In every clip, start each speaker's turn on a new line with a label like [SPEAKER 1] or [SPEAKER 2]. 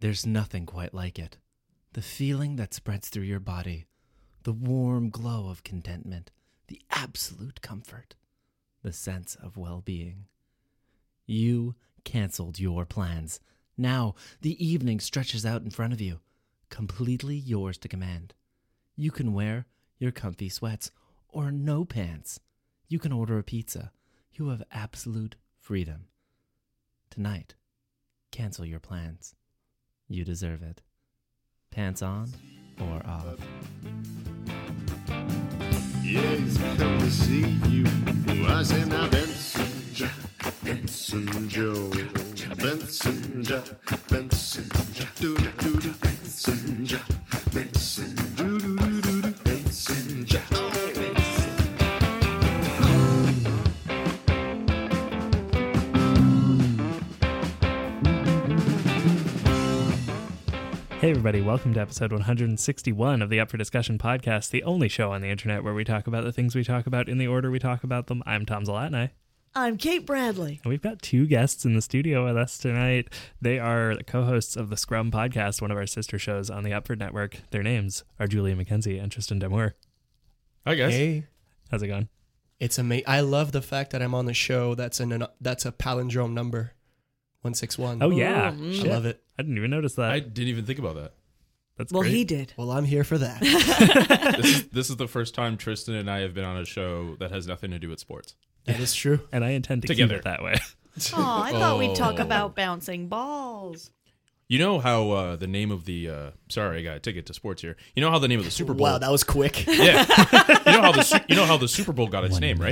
[SPEAKER 1] There's nothing quite like it. The feeling that spreads through your body, the warm glow of contentment, the absolute comfort, the sense of well being. You canceled your plans. Now the evening stretches out in front of you, completely yours to command. You can wear your comfy sweats or no pants. You can order a pizza. You have absolute freedom. Tonight, cancel your plans. You deserve it. Pants on or off.
[SPEAKER 2] Yes, come to see you. I say now, Benson Jack, Benson Joe, Benson Jack, Benson Jack, do do do do, Benson Jack, Benson do do do do do, Benson Jack.
[SPEAKER 3] Hey, everybody, welcome to episode 161 of the Up for Discussion podcast, the only show on the internet where we talk about the things we talk about in the order we talk about them. I'm Tom Zalatni,
[SPEAKER 4] I'm Kate Bradley.
[SPEAKER 3] and we've got two guests in the studio with us tonight. They are the co hosts of the Scrum podcast, one of our sister shows on the Upford Network. Their names are Julia McKenzie and Tristan Demore.
[SPEAKER 5] Hi guys.
[SPEAKER 6] Hey,
[SPEAKER 3] How's it going?
[SPEAKER 6] it's amazing. I love the fact that I'm on the show. That's an that's a palindrome number, one six one.
[SPEAKER 3] Oh, yeah.
[SPEAKER 6] I
[SPEAKER 4] Mm.
[SPEAKER 3] Shit.
[SPEAKER 6] love it.
[SPEAKER 3] I didn't even notice that.
[SPEAKER 5] I didn't even think about that.
[SPEAKER 3] That's
[SPEAKER 4] Well,
[SPEAKER 3] great.
[SPEAKER 4] he did.
[SPEAKER 6] Well, I'm here for that.
[SPEAKER 5] This is, this is the first time Tristan and I have been on a show that has nothing to do with sports.
[SPEAKER 6] that is true.
[SPEAKER 3] and I intend to
[SPEAKER 5] Together.
[SPEAKER 3] keep it that way.
[SPEAKER 4] Oh, I thought we'd talk
[SPEAKER 5] Oh.
[SPEAKER 4] about bouncing balls.
[SPEAKER 5] You know how uh, the name of the uh, sorry, I got a ticket to sports here. You know how the name of the Super Bowl?
[SPEAKER 6] Wow, that was quick.
[SPEAKER 4] Mm.
[SPEAKER 5] yeah. you know how the Su- you know how the Super Bowl got its name,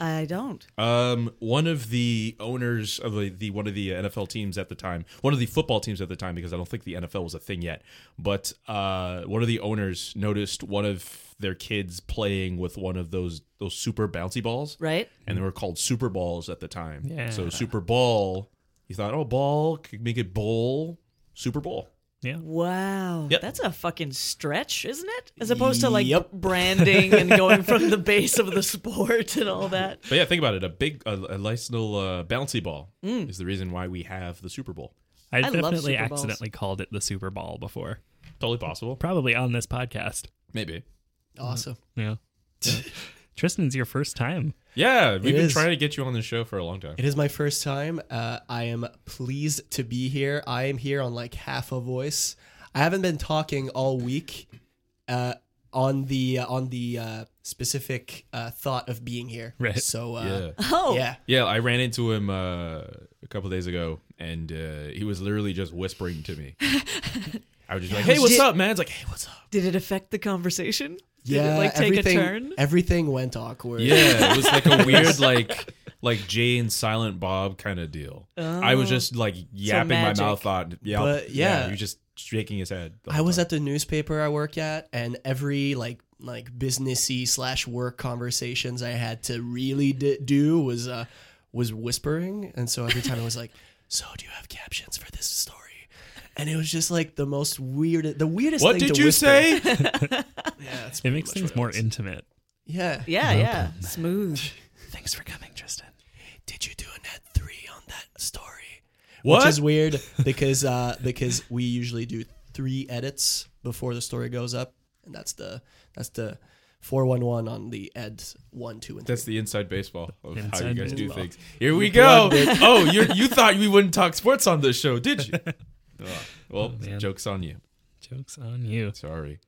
[SPEAKER 4] I don't.
[SPEAKER 5] right? Um, one of the owners of the, the one of the NFL teams at the time, one of the football teams at the time, because I don't think the NFL was a thing yet. But uh, one of the owners noticed one of their kids playing with one of those those super bouncy balls,
[SPEAKER 4] Right?
[SPEAKER 5] and they were called Super Balls at the time.
[SPEAKER 3] Yeah.
[SPEAKER 5] So Super Ball, you thought, oh, ball could make it bowl, Super Bowl.
[SPEAKER 3] Yeah.
[SPEAKER 4] Wow.
[SPEAKER 5] Yep.
[SPEAKER 4] That's a fucking stretch, isn't it? As opposed to like
[SPEAKER 6] Yep.
[SPEAKER 4] branding and going from the base of the sport and all that.
[SPEAKER 5] But yeah, think about it. A big, a, a nice little uh, bouncy ball is the reason why we have the Super Bowl.
[SPEAKER 3] I,
[SPEAKER 4] love
[SPEAKER 3] definitely
[SPEAKER 4] Super Bowls.
[SPEAKER 3] accidentally called it the Super Bowl before,
[SPEAKER 5] Totally possible.
[SPEAKER 3] probably on this podcast.
[SPEAKER 5] Maybe.
[SPEAKER 6] Awesome.
[SPEAKER 3] Yeah. Tristan's your first time.
[SPEAKER 5] Yeah, we've
[SPEAKER 6] It
[SPEAKER 5] been
[SPEAKER 6] is.
[SPEAKER 5] trying to get you on this show for a long time.
[SPEAKER 6] It is my first time. Uh, I am pleased to be here. I am here on like half a voice. I haven't been talking all week uh, on the on the uh, specific uh, thought of being here.
[SPEAKER 3] Right.
[SPEAKER 6] So uh,
[SPEAKER 5] yeah.
[SPEAKER 4] Oh,
[SPEAKER 6] yeah.
[SPEAKER 5] Yeah, I ran into him uh, a couple days ago, and uh, he was literally just whispering to me. I was just like, "Hey, what's up, man?" It's like, "Hey, what's up?"
[SPEAKER 4] did it affect the conversation? Did
[SPEAKER 6] Yeah,
[SPEAKER 4] it like take a
[SPEAKER 6] everything,
[SPEAKER 4] turn?
[SPEAKER 6] Everything went awkward.
[SPEAKER 5] Yeah, it was like a weird, like, like Jay and Silent Bob kind of deal. I was just like yapping my
[SPEAKER 4] magic.
[SPEAKER 5] mouth out. Yeah,
[SPEAKER 6] Oh. But, yeah.
[SPEAKER 5] he was just shaking his head. the
[SPEAKER 6] I
[SPEAKER 5] whole
[SPEAKER 6] was
[SPEAKER 5] time.
[SPEAKER 6] at the newspaper I work at, and every like like businessy slash work conversations I had to really d- do was uh, was whispering, and so every time I was like, "So do you have captions for this story?" And it was just like the most weird, the weirdest.
[SPEAKER 5] What
[SPEAKER 6] thing
[SPEAKER 5] did
[SPEAKER 6] to
[SPEAKER 5] you
[SPEAKER 6] whisper.
[SPEAKER 5] say?
[SPEAKER 6] Yeah, that's
[SPEAKER 3] It
[SPEAKER 6] pretty
[SPEAKER 3] makes
[SPEAKER 6] much
[SPEAKER 3] things
[SPEAKER 6] what it
[SPEAKER 3] more
[SPEAKER 6] was.
[SPEAKER 3] intimate.
[SPEAKER 6] yeah.
[SPEAKER 4] Yeah, yeah. Smooth.
[SPEAKER 3] Thanks for coming, Tristan.
[SPEAKER 6] Did you do a net three on that story?
[SPEAKER 5] What?
[SPEAKER 6] Which is weird because uh, because we usually do three edits before the story goes up, and that's the that's the four one one on the ed one two and three.
[SPEAKER 5] That's the inside baseball of how you
[SPEAKER 3] Inside
[SPEAKER 5] guys do
[SPEAKER 3] baseball.
[SPEAKER 5] things. Here we go. oh, you you thought we wouldn't talk sports on this show, did you? Ugh. well,
[SPEAKER 6] Oh,
[SPEAKER 3] man.
[SPEAKER 5] joke's on you.
[SPEAKER 3] Joke's on you.
[SPEAKER 5] Sorry.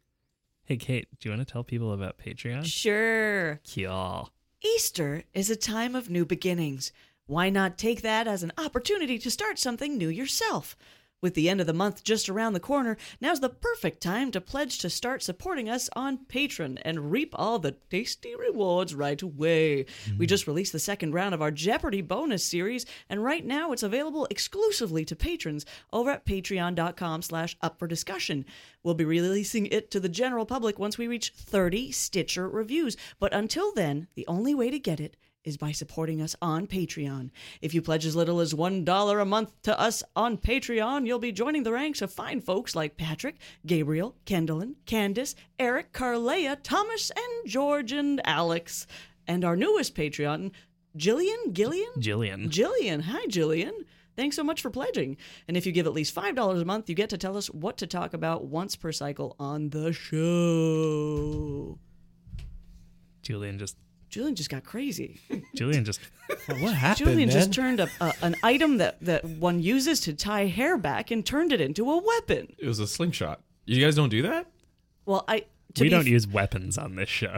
[SPEAKER 3] Hey, Kate, do you want to tell people about Patreon?
[SPEAKER 4] Sure.
[SPEAKER 3] Y'all.
[SPEAKER 4] Easter is a time of new beginnings. Why not take that as an opportunity to start something new yourself? With the end of the month just around the corner, now's the perfect time to pledge to start supporting us on Patreon and reap all the tasty rewards right away. We just released the second round of our Jeopardy bonus series, and right now it's available exclusively to patrons over at patreon.com slash up for discussion. We'll be releasing it to the general public once we reach 30 Stitcher reviews. But until then, the only way to get it is by supporting us on Patreon. If you pledge as little as $1 a month to us on Patreon, you'll be joining the ranks of fine folks like Patrick, Gabriel, Kendallin, Candace, Eric, Carlea, Thomas, and George and Alex. And our newest Patreon, Jillian Gillian?
[SPEAKER 3] Jillian.
[SPEAKER 4] Jillian. Hi, Jillian. Thanks so much for pledging. And if you give at least $5 a month, you get to tell us what to talk about once per cycle on the show.
[SPEAKER 3] Julian just
[SPEAKER 4] Julian just got crazy.
[SPEAKER 3] Julian just
[SPEAKER 6] What happened?
[SPEAKER 4] Julian
[SPEAKER 6] man?
[SPEAKER 4] just turned a, a, an item that, that one uses to tie hair back and turned it into a weapon.
[SPEAKER 5] It was a slingshot. You guys don't do that?
[SPEAKER 4] Well, I. To
[SPEAKER 3] we
[SPEAKER 4] be
[SPEAKER 3] don't
[SPEAKER 4] f-
[SPEAKER 3] use weapons on this show.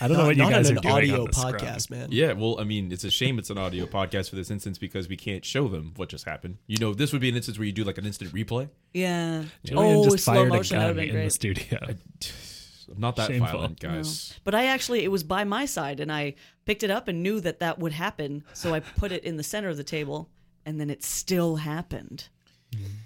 [SPEAKER 3] I don't know
[SPEAKER 6] Not-
[SPEAKER 3] what you
[SPEAKER 6] not
[SPEAKER 3] guys are
[SPEAKER 6] on an
[SPEAKER 3] doing
[SPEAKER 6] audio
[SPEAKER 3] on the Scrum.
[SPEAKER 6] podcast, man.
[SPEAKER 5] Yeah, well, I mean, it's a shame it's an audio podcast for this instance because we can't show them what just happened. You know, this would be an instance where you do like an instant replay.
[SPEAKER 4] Yeah.
[SPEAKER 3] Julian
[SPEAKER 4] oh,
[SPEAKER 3] just
[SPEAKER 4] slow
[SPEAKER 3] fired
[SPEAKER 4] motion.
[SPEAKER 3] a
[SPEAKER 4] that
[SPEAKER 3] gun
[SPEAKER 4] would have been
[SPEAKER 3] in the
[SPEAKER 4] great.
[SPEAKER 3] studio.
[SPEAKER 5] I'm not that
[SPEAKER 3] Shameful.
[SPEAKER 5] violent, guys.
[SPEAKER 4] But I actually, it was by my side, and I picked it up and knew that that would happen. So I put it in the center of the table, and then it still happened.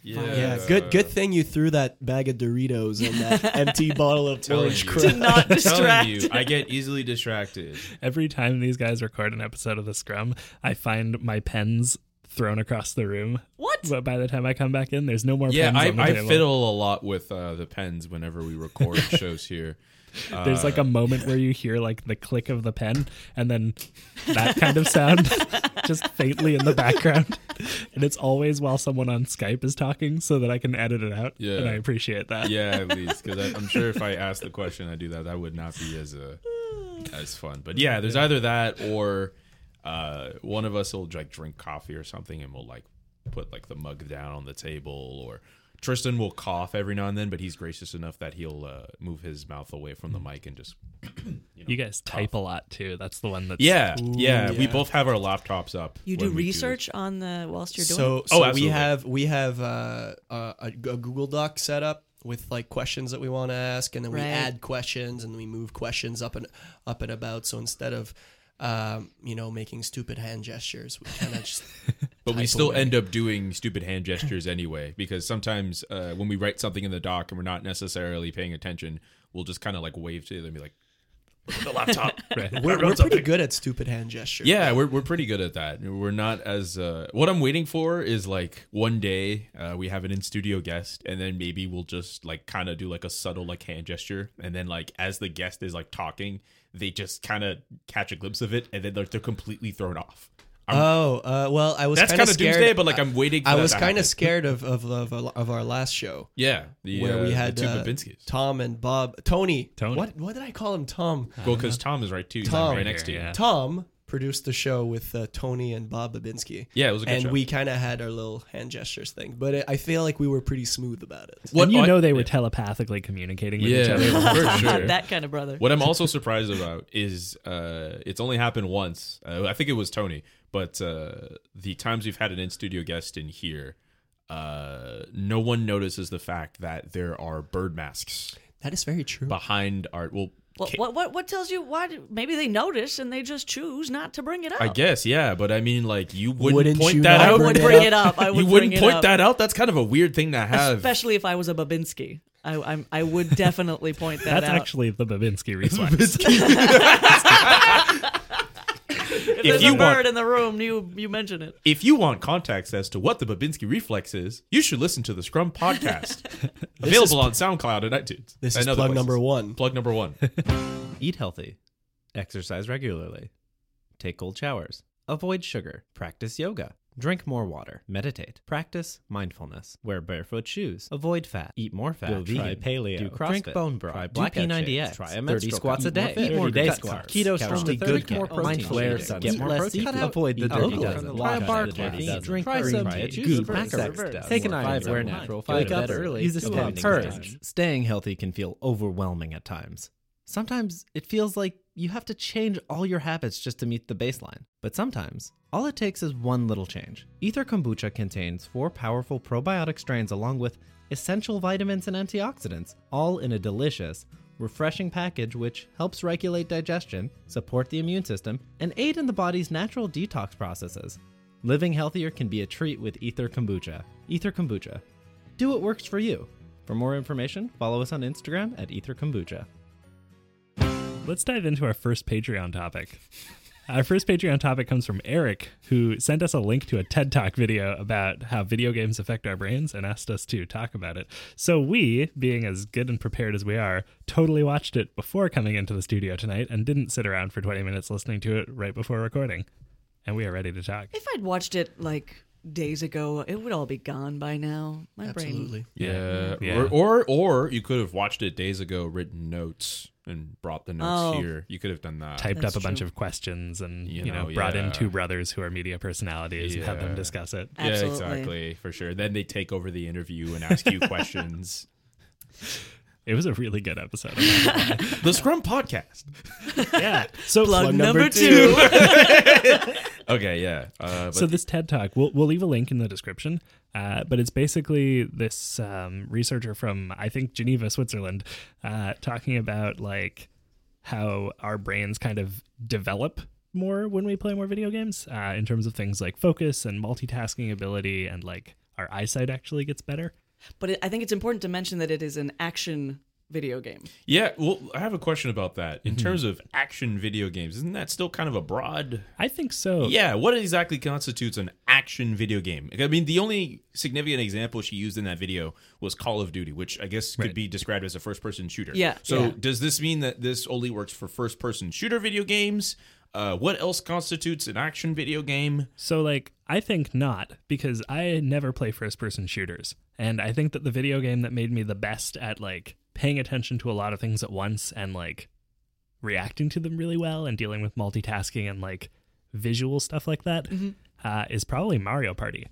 [SPEAKER 5] Yeah.
[SPEAKER 6] Yeah, good good thing you threw that bag of Doritos and that empty bottle of
[SPEAKER 5] Telling
[SPEAKER 6] orange
[SPEAKER 5] you.
[SPEAKER 6] crush.
[SPEAKER 4] Not
[SPEAKER 5] Telling
[SPEAKER 4] distract.
[SPEAKER 5] you, I get easily distracted.
[SPEAKER 3] Every time these guys record an episode of the Scrum, I find my pens thrown across the room.
[SPEAKER 4] What?
[SPEAKER 3] But by the time I come back in, there's no more
[SPEAKER 5] Yeah,
[SPEAKER 3] pens
[SPEAKER 5] I,
[SPEAKER 3] on the
[SPEAKER 5] I
[SPEAKER 3] table.
[SPEAKER 5] fiddle a lot with uh, the pens whenever we record shows here.
[SPEAKER 3] There's like
[SPEAKER 5] Uh,
[SPEAKER 3] a moment where you hear like the click of the pen and then that kind of sound just faintly in the background. And it's always while someone on Skype is talking so that I can edit it out.
[SPEAKER 5] Yeah.
[SPEAKER 3] And I appreciate that.
[SPEAKER 5] Yeah, at least because I'm sure if I asked the question, I do that. That would not be as uh, as fun. But yeah, there's either that or uh, one of us will like drink coffee or something, and we'll like put like the mug down on the table. Or Tristan will cough every now and then, but he's gracious enough that he'll uh, move his mouth away from the mic and just
[SPEAKER 3] You guys type a lot too. That's the one that's
[SPEAKER 5] yeah, yeah. We both have our laptops up.
[SPEAKER 4] You
[SPEAKER 5] when
[SPEAKER 4] do
[SPEAKER 5] we this.
[SPEAKER 4] research on the whilst you're doing it?
[SPEAKER 6] So,
[SPEAKER 5] Oh,
[SPEAKER 6] so
[SPEAKER 5] absolutely.
[SPEAKER 6] we have we have uh, a, a Google Doc set up with like questions that we want to ask, and then
[SPEAKER 4] Right.
[SPEAKER 6] we add questions and we move questions up and up and about. So instead of um, you know making stupid hand gestures, we kind of just
[SPEAKER 5] But we
[SPEAKER 6] type
[SPEAKER 5] still
[SPEAKER 6] away.
[SPEAKER 5] end up doing stupid hand gestures anyway, because sometimes uh, when we write something in the doc and we're not necessarily paying attention, we'll just kind of like wave to them and be like, "Look at the laptop.
[SPEAKER 6] we're, we're pretty good at stupid hand gestures.
[SPEAKER 5] Yeah, we're, we're pretty good at that. We're not as. Uh, what I'm waiting for is like one day uh, we have an in studio guest, and then maybe we'll just like kind of do like a subtle like hand gesture, and then like as the guest is like talking, they just kind of catch a glimpse of it, and then like they're completely thrown off.
[SPEAKER 6] Oh uh, well, I was
[SPEAKER 5] That's
[SPEAKER 6] kind of
[SPEAKER 5] kinda
[SPEAKER 6] scared.
[SPEAKER 5] doomsday, but, like, I'm waiting for
[SPEAKER 6] I
[SPEAKER 5] that
[SPEAKER 6] was
[SPEAKER 5] to happen.
[SPEAKER 6] kind of scared of of, of of our last show
[SPEAKER 5] Yeah, the,
[SPEAKER 6] where we
[SPEAKER 5] uh,
[SPEAKER 6] had
[SPEAKER 5] the two
[SPEAKER 6] uh,
[SPEAKER 5] Babinskis.
[SPEAKER 6] Tom and Bob, Tony.
[SPEAKER 3] Tony.
[SPEAKER 6] What what did I call him? Tom.
[SPEAKER 5] Well, because Tom is right too. He's, like,
[SPEAKER 6] Tom.
[SPEAKER 5] right next to you.
[SPEAKER 3] Yeah.
[SPEAKER 6] Tom produced the show with uh, Tony and Bob Babinski.
[SPEAKER 5] Yeah, it was a good
[SPEAKER 6] and
[SPEAKER 5] show.
[SPEAKER 6] we kind of had our little hand gestures thing, but it, I feel like we were pretty smooth about it.
[SPEAKER 5] What
[SPEAKER 3] and you
[SPEAKER 5] I-
[SPEAKER 3] know they were telepathically communicating with each
[SPEAKER 5] yeah,
[SPEAKER 3] other.
[SPEAKER 5] for sure.
[SPEAKER 4] that kind of brother.
[SPEAKER 5] What I'm also surprised about is uh, it's only happened once. Uh, I think it was Tony, but uh, the times we've had an in studio guest in here, uh, no one notices the fact that there are bird masks
[SPEAKER 6] That is very true.
[SPEAKER 5] behind our. Well,
[SPEAKER 4] What,
[SPEAKER 5] ca-
[SPEAKER 4] what what what tells you why? did- Maybe they notice and they just choose not to bring it up.
[SPEAKER 5] I guess, yeah, but I mean, like, you wouldn't,
[SPEAKER 6] Wouldn't
[SPEAKER 5] point
[SPEAKER 6] you
[SPEAKER 5] that
[SPEAKER 6] not
[SPEAKER 5] out.
[SPEAKER 4] would bring it up. I would
[SPEAKER 5] you wouldn't
[SPEAKER 4] bring it
[SPEAKER 5] point
[SPEAKER 4] up.
[SPEAKER 5] that out. That's kind of a weird thing to have.
[SPEAKER 4] especially if I was a Babinski. I I'm, I would definitely point that
[SPEAKER 3] That's
[SPEAKER 4] out.
[SPEAKER 3] actually the Babinski reflex.
[SPEAKER 4] if there's
[SPEAKER 5] you
[SPEAKER 4] a
[SPEAKER 5] want-
[SPEAKER 4] bird in the room, you you mention it.
[SPEAKER 5] If you want context as to what the Babinski reflex is, you should listen to the Scrum podcast. Available on SoundCloud and iTunes.
[SPEAKER 6] this
[SPEAKER 5] and
[SPEAKER 6] is
[SPEAKER 5] other
[SPEAKER 6] plug
[SPEAKER 5] places.
[SPEAKER 6] number one.
[SPEAKER 5] Plug number one.
[SPEAKER 1] Eat healthy. Exercise regularly. Take cold showers. Avoid sugar. Practice yoga. Drink more water. Meditate. Practice mindfulness. Wear barefoot shoes. Avoid fat. Eat more fat.
[SPEAKER 7] Go vegan.
[SPEAKER 1] paleo. Do CrossFit. Drink bone broth.
[SPEAKER 7] Try
[SPEAKER 1] do
[SPEAKER 7] black hat
[SPEAKER 1] P90X.
[SPEAKER 7] shakes. Try a
[SPEAKER 1] Thirty
[SPEAKER 7] menstrual
[SPEAKER 1] squats
[SPEAKER 7] cup.
[SPEAKER 1] a day.
[SPEAKER 7] Eat more fat.
[SPEAKER 1] 30 day
[SPEAKER 7] Cut
[SPEAKER 1] squats.
[SPEAKER 7] carbs.
[SPEAKER 1] Keto
[SPEAKER 7] Couch
[SPEAKER 1] strong
[SPEAKER 7] to
[SPEAKER 1] to
[SPEAKER 7] good
[SPEAKER 1] good
[SPEAKER 7] camp.
[SPEAKER 1] camp. Mindful
[SPEAKER 7] Flare
[SPEAKER 1] eating.
[SPEAKER 7] suns.
[SPEAKER 1] Get
[SPEAKER 7] Eat
[SPEAKER 1] more
[SPEAKER 7] less
[SPEAKER 1] protein.
[SPEAKER 7] seafood.
[SPEAKER 1] Avoid the
[SPEAKER 7] Eat
[SPEAKER 1] dirty
[SPEAKER 7] local. Try
[SPEAKER 1] dozen. Try
[SPEAKER 7] a
[SPEAKER 1] a
[SPEAKER 7] bar
[SPEAKER 1] bar
[SPEAKER 7] tab.
[SPEAKER 1] coffee.
[SPEAKER 7] Drink
[SPEAKER 1] Drink some
[SPEAKER 7] green juice.
[SPEAKER 1] Goop.
[SPEAKER 7] Sex
[SPEAKER 1] Accelerate.
[SPEAKER 7] down.
[SPEAKER 1] Take an
[SPEAKER 7] More
[SPEAKER 1] iron.
[SPEAKER 7] fiber
[SPEAKER 1] Wear
[SPEAKER 7] in your
[SPEAKER 1] natural.
[SPEAKER 7] mind.
[SPEAKER 1] Wake
[SPEAKER 7] Wake
[SPEAKER 1] up
[SPEAKER 7] up
[SPEAKER 1] early.
[SPEAKER 7] early.
[SPEAKER 1] Use a
[SPEAKER 7] Go
[SPEAKER 1] standing
[SPEAKER 7] outside.
[SPEAKER 1] curtain. Staying healthy can feel overwhelming at times. Sometimes it feels like you have to change all your habits just to meet the baseline. But sometimes, all it takes is one little change. Ether kombucha contains four powerful probiotic strains along with essential vitamins and antioxidants, all in a delicious, refreshing package which helps regulate digestion, support the immune system, and aid in the body's natural detox processes. Living healthier can be a treat with Ether kombucha. Ether kombucha. Do what works for you. For more information, follow us on Instagram at Ether Kombucha.
[SPEAKER 3] Let's dive into our first Patreon topic. Our first Patreon topic comes from Eric, who sent us a link to a TED Talk video about how video games affect our brains and asked us to talk about it. So, we, being as good and prepared as we are, totally watched it before coming into the studio tonight and didn't sit around for 20 minutes listening to it right before recording. And we are ready to talk.
[SPEAKER 4] If I'd watched it like days ago, it would all be gone by now. My brain.
[SPEAKER 6] Absolutely.
[SPEAKER 5] Yeah.
[SPEAKER 3] Yeah.
[SPEAKER 5] Or, or or you could have watched it days ago, written notes, and brought the notes
[SPEAKER 4] Oh.
[SPEAKER 5] here. You could have done that.
[SPEAKER 3] typed
[SPEAKER 4] That's
[SPEAKER 3] up a bunch
[SPEAKER 4] true.
[SPEAKER 3] of questions and
[SPEAKER 5] You
[SPEAKER 3] you, know,
[SPEAKER 5] know,
[SPEAKER 3] brought
[SPEAKER 5] yeah.
[SPEAKER 3] in two brothers who are media personalities and had them
[SPEAKER 5] Yeah.
[SPEAKER 3] discuss it.
[SPEAKER 5] Yeah,
[SPEAKER 4] Absolutely.
[SPEAKER 5] exactly. For sure. Then they take over the interview and ask you questions.
[SPEAKER 3] It was a really good episode. I'm not gonna
[SPEAKER 5] The Scrum Podcast.
[SPEAKER 3] lie. yeah. So
[SPEAKER 4] Plug, number,
[SPEAKER 6] number
[SPEAKER 4] two.
[SPEAKER 5] Okay, yeah. Uh, but
[SPEAKER 3] so this TED Talk, we'll we'll leave a link in the description. Uh, but it's basically this um, researcher from I think Geneva, Switzerland, uh, talking about like how our brains kind of develop more when we play more video games uh, in terms of things like focus and multitasking ability and like our eyesight actually gets better.
[SPEAKER 4] but it, I think it's important to mention that it is an action video game.
[SPEAKER 5] yeah, well, I have a question about that. In terms of action video games, isn't that still kind of a broad
[SPEAKER 3] I think so.
[SPEAKER 5] Yeah, what exactly constitutes an action video game? I mean, the only significant example she used in that video was Call of Duty, which I guess could
[SPEAKER 3] Right.
[SPEAKER 5] be described as a first person shooter.
[SPEAKER 4] Yeah,
[SPEAKER 5] So
[SPEAKER 4] yeah.
[SPEAKER 5] does this mean that this only works for first person shooter video games? Uh, what else constitutes an action video game?
[SPEAKER 3] So, like, I think not because I never play first person shooters. And I think that the video game that made me the best at like paying attention to a lot of things at once and like reacting to them really well and dealing with multitasking and like visual stuff like that uh, is probably Mario Party.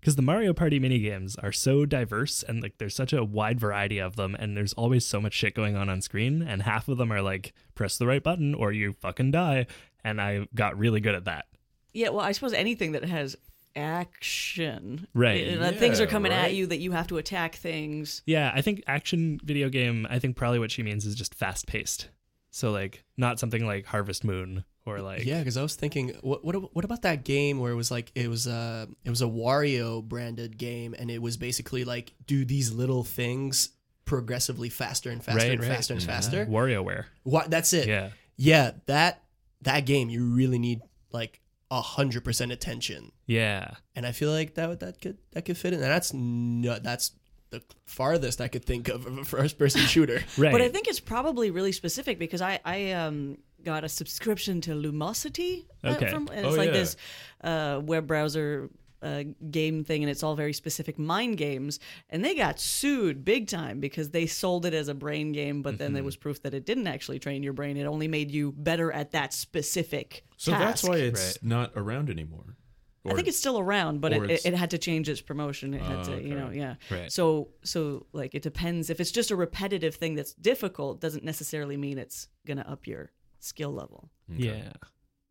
[SPEAKER 3] Because the Mario Party minigames are so diverse and like there's such a wide variety of them, and there's always so much shit going on on screen, and half of them are like press the right button or you fucking die. And I got really good at that.
[SPEAKER 4] Yeah, well, I suppose anything that has action,
[SPEAKER 3] Right.
[SPEAKER 4] Uh, that things
[SPEAKER 5] Yeah,
[SPEAKER 4] are coming
[SPEAKER 5] right.
[SPEAKER 4] at you that you have to attack things.
[SPEAKER 3] Yeah, I think action video game, I think probably what she means is just fast paced. So like not something like Harvest Moon or like
[SPEAKER 6] Yeah, because I was thinking, what, what what about that game where it was like it was a it was a Wario branded game, and it was basically like do these little things progressively faster and faster
[SPEAKER 3] Right,
[SPEAKER 6] and
[SPEAKER 3] right.
[SPEAKER 6] faster and faster.
[SPEAKER 3] WarioWare.
[SPEAKER 6] What that's
[SPEAKER 4] Eh.
[SPEAKER 6] it.
[SPEAKER 3] Yeah.
[SPEAKER 6] Yeah, that that game you really need like a hundred percent attention,
[SPEAKER 3] Yeah.
[SPEAKER 6] and I feel like that would- that could that could fit in. And that's no, that's the farthest I could think of of a first person shooter.
[SPEAKER 3] Right.
[SPEAKER 4] But I think it's probably really specific because I I um got a subscription to Lumosity. uh,
[SPEAKER 3] Okay.
[SPEAKER 4] from, and
[SPEAKER 5] Oh,
[SPEAKER 4] it's like
[SPEAKER 5] yeah.
[SPEAKER 4] this uh, web browser. Uh, game thing and it's all very specific mind games and they got sued big time because they sold it as a brain game but
[SPEAKER 3] Mm-hmm.
[SPEAKER 4] then there was proof that it didn't actually train your brain it only made you better at that specific
[SPEAKER 5] So that's
[SPEAKER 4] task.
[SPEAKER 5] why it's not around anymore. Or,
[SPEAKER 4] I think it's still around, but
[SPEAKER 5] or
[SPEAKER 4] it,
[SPEAKER 5] it's-
[SPEAKER 4] it, it had to change its promotion. It had to, you know, yeah.
[SPEAKER 3] Oh, Right.
[SPEAKER 4] So, so like it depends. If it's just a repetitive thing that's difficult, doesn't necessarily mean it's gonna up your skill level.
[SPEAKER 3] yeah.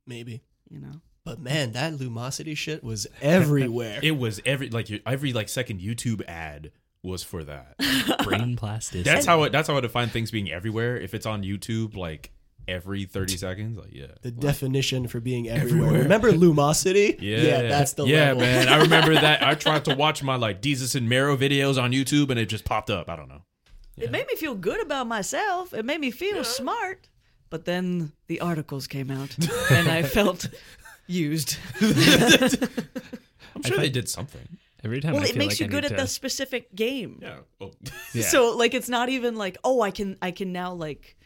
[SPEAKER 6] Maybe,
[SPEAKER 4] You know,
[SPEAKER 6] but man, that Lumosity shit was everywhere.
[SPEAKER 5] it was every like your- every like second YouTube ad was for that.
[SPEAKER 3] Brain plasticity.
[SPEAKER 5] That's how it. That's how I define things being everywhere. If it's on YouTube, like every thirty seconds, like yeah.
[SPEAKER 6] the definition for being everywhere. Remember Lumosity?
[SPEAKER 5] Yeah,
[SPEAKER 6] that's the
[SPEAKER 5] yeah,
[SPEAKER 6] level.
[SPEAKER 5] man. I remember that. I tried to watch my like Jesus and Marrow videos on YouTube, and it just popped up. I don't know.
[SPEAKER 4] it made me feel good about myself. It made me feel smart. But then the articles came out, and I felt used.
[SPEAKER 5] I'm sure they did something.
[SPEAKER 3] Every time
[SPEAKER 4] Well,
[SPEAKER 3] I
[SPEAKER 4] it
[SPEAKER 3] feel
[SPEAKER 4] makes
[SPEAKER 3] like
[SPEAKER 4] you
[SPEAKER 3] I
[SPEAKER 4] good
[SPEAKER 3] need
[SPEAKER 4] at
[SPEAKER 3] to-
[SPEAKER 4] the specific game.
[SPEAKER 5] Yeah. Oh.
[SPEAKER 3] Yeah.
[SPEAKER 4] So like it's not even like oh I can I can now like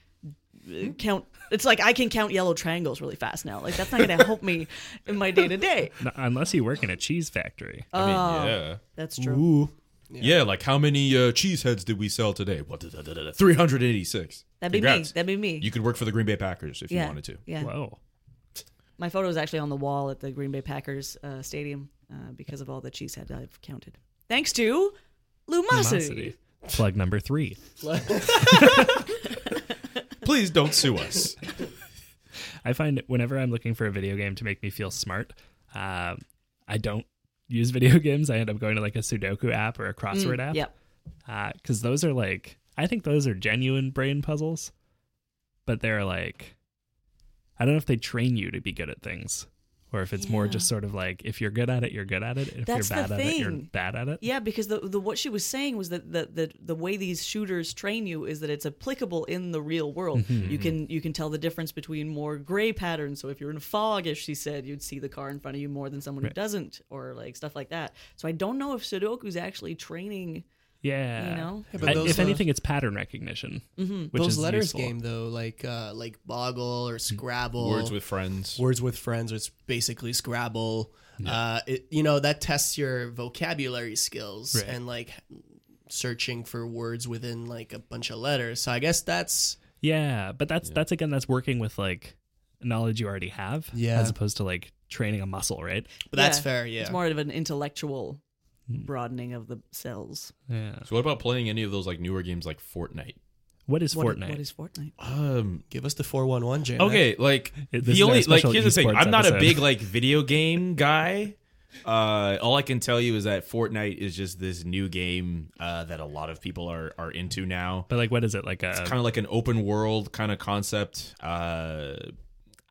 [SPEAKER 4] uh, count it's like I can count yellow triangles really fast now. Like that's not going to help me in my day to day.
[SPEAKER 3] N- unless you work in a cheese factory.
[SPEAKER 5] I mean, yeah.
[SPEAKER 4] That's true.
[SPEAKER 6] Ooh.
[SPEAKER 5] Yeah, like how many uh, cheese heads did we sell today? What? Three hundred eighty-six.
[SPEAKER 4] That'd be me. That'd be me.
[SPEAKER 5] You could work for the Green Bay Packers if
[SPEAKER 4] yeah.
[SPEAKER 5] you wanted to.
[SPEAKER 4] Yeah.
[SPEAKER 3] Whoa.
[SPEAKER 4] My photo is actually on the wall at the Green Bay Packers uh, stadium uh, because of all the cheesehead I've counted. Thanks to Lumosity.
[SPEAKER 3] Velocity. Plug number three.
[SPEAKER 5] Please don't sue us.
[SPEAKER 3] I find that whenever I'm looking for a video game to make me feel smart, um, I don't use video games. I end up going to like a Sudoku app or a crossword app.
[SPEAKER 4] Mm. Yep.
[SPEAKER 3] because Uh, those are like I think those are genuine brain puzzles, but they're like I don't know if they train you to be good at things or if it's more
[SPEAKER 4] Yeah.
[SPEAKER 3] just sort of like if you're good at it, you're good at it. and If
[SPEAKER 4] That's the
[SPEAKER 3] you're bad at it, you're
[SPEAKER 4] thing.
[SPEAKER 3] bad at it.
[SPEAKER 4] Yeah, because the, the what she was saying was that the, the the way these shooters train you is that it's applicable in the real world. You can you can tell the difference between more gray patterns. So if you're in fog, as she said, you'd see the car in front of you more than someone who doesn't, or like stuff like that. So I don't know if Sudoku's actually training.
[SPEAKER 3] Yeah.
[SPEAKER 4] You know? Mm-hmm.
[SPEAKER 6] Yeah, but
[SPEAKER 3] I-
[SPEAKER 6] those,
[SPEAKER 3] if
[SPEAKER 6] uh,
[SPEAKER 3] anything, it's pattern recognition, which
[SPEAKER 6] Those
[SPEAKER 3] is
[SPEAKER 6] letters
[SPEAKER 3] useful.
[SPEAKER 6] game though, like uh like Boggle or Scrabble.
[SPEAKER 5] Words with friends.
[SPEAKER 6] Words with Friends, it's basically Scrabble. Uh, it, you know that tests your vocabulary skills
[SPEAKER 3] Right.
[SPEAKER 6] and like searching for words within like a bunch of letters. So I guess that's
[SPEAKER 3] Yeah, but that's that's again that's working with like knowledge you already have,
[SPEAKER 6] Yeah.
[SPEAKER 3] as opposed to like training a muscle, right?
[SPEAKER 6] but that's fair. Yeah,
[SPEAKER 4] It's more of an intellectual broadening of the cells.
[SPEAKER 3] Yeah.
[SPEAKER 5] So what about playing any of those like newer games like Fortnite?
[SPEAKER 3] What is
[SPEAKER 4] What i-
[SPEAKER 3] Fortnite?
[SPEAKER 4] what is Fortnite?
[SPEAKER 5] Um,
[SPEAKER 6] give us the four one one, Jay.
[SPEAKER 5] Okay, like
[SPEAKER 3] This is
[SPEAKER 5] the
[SPEAKER 3] our
[SPEAKER 5] only like
[SPEAKER 3] special
[SPEAKER 5] here's the thing.
[SPEAKER 3] esports
[SPEAKER 5] I'm not a
[SPEAKER 3] episode.
[SPEAKER 5] big like video game guy. Uh, all I can tell you is that Fortnite is just this new game uh, that a lot of people are are into now.
[SPEAKER 3] but like, what is it like a?
[SPEAKER 5] It's kind of like an open world kind of concept. Uh,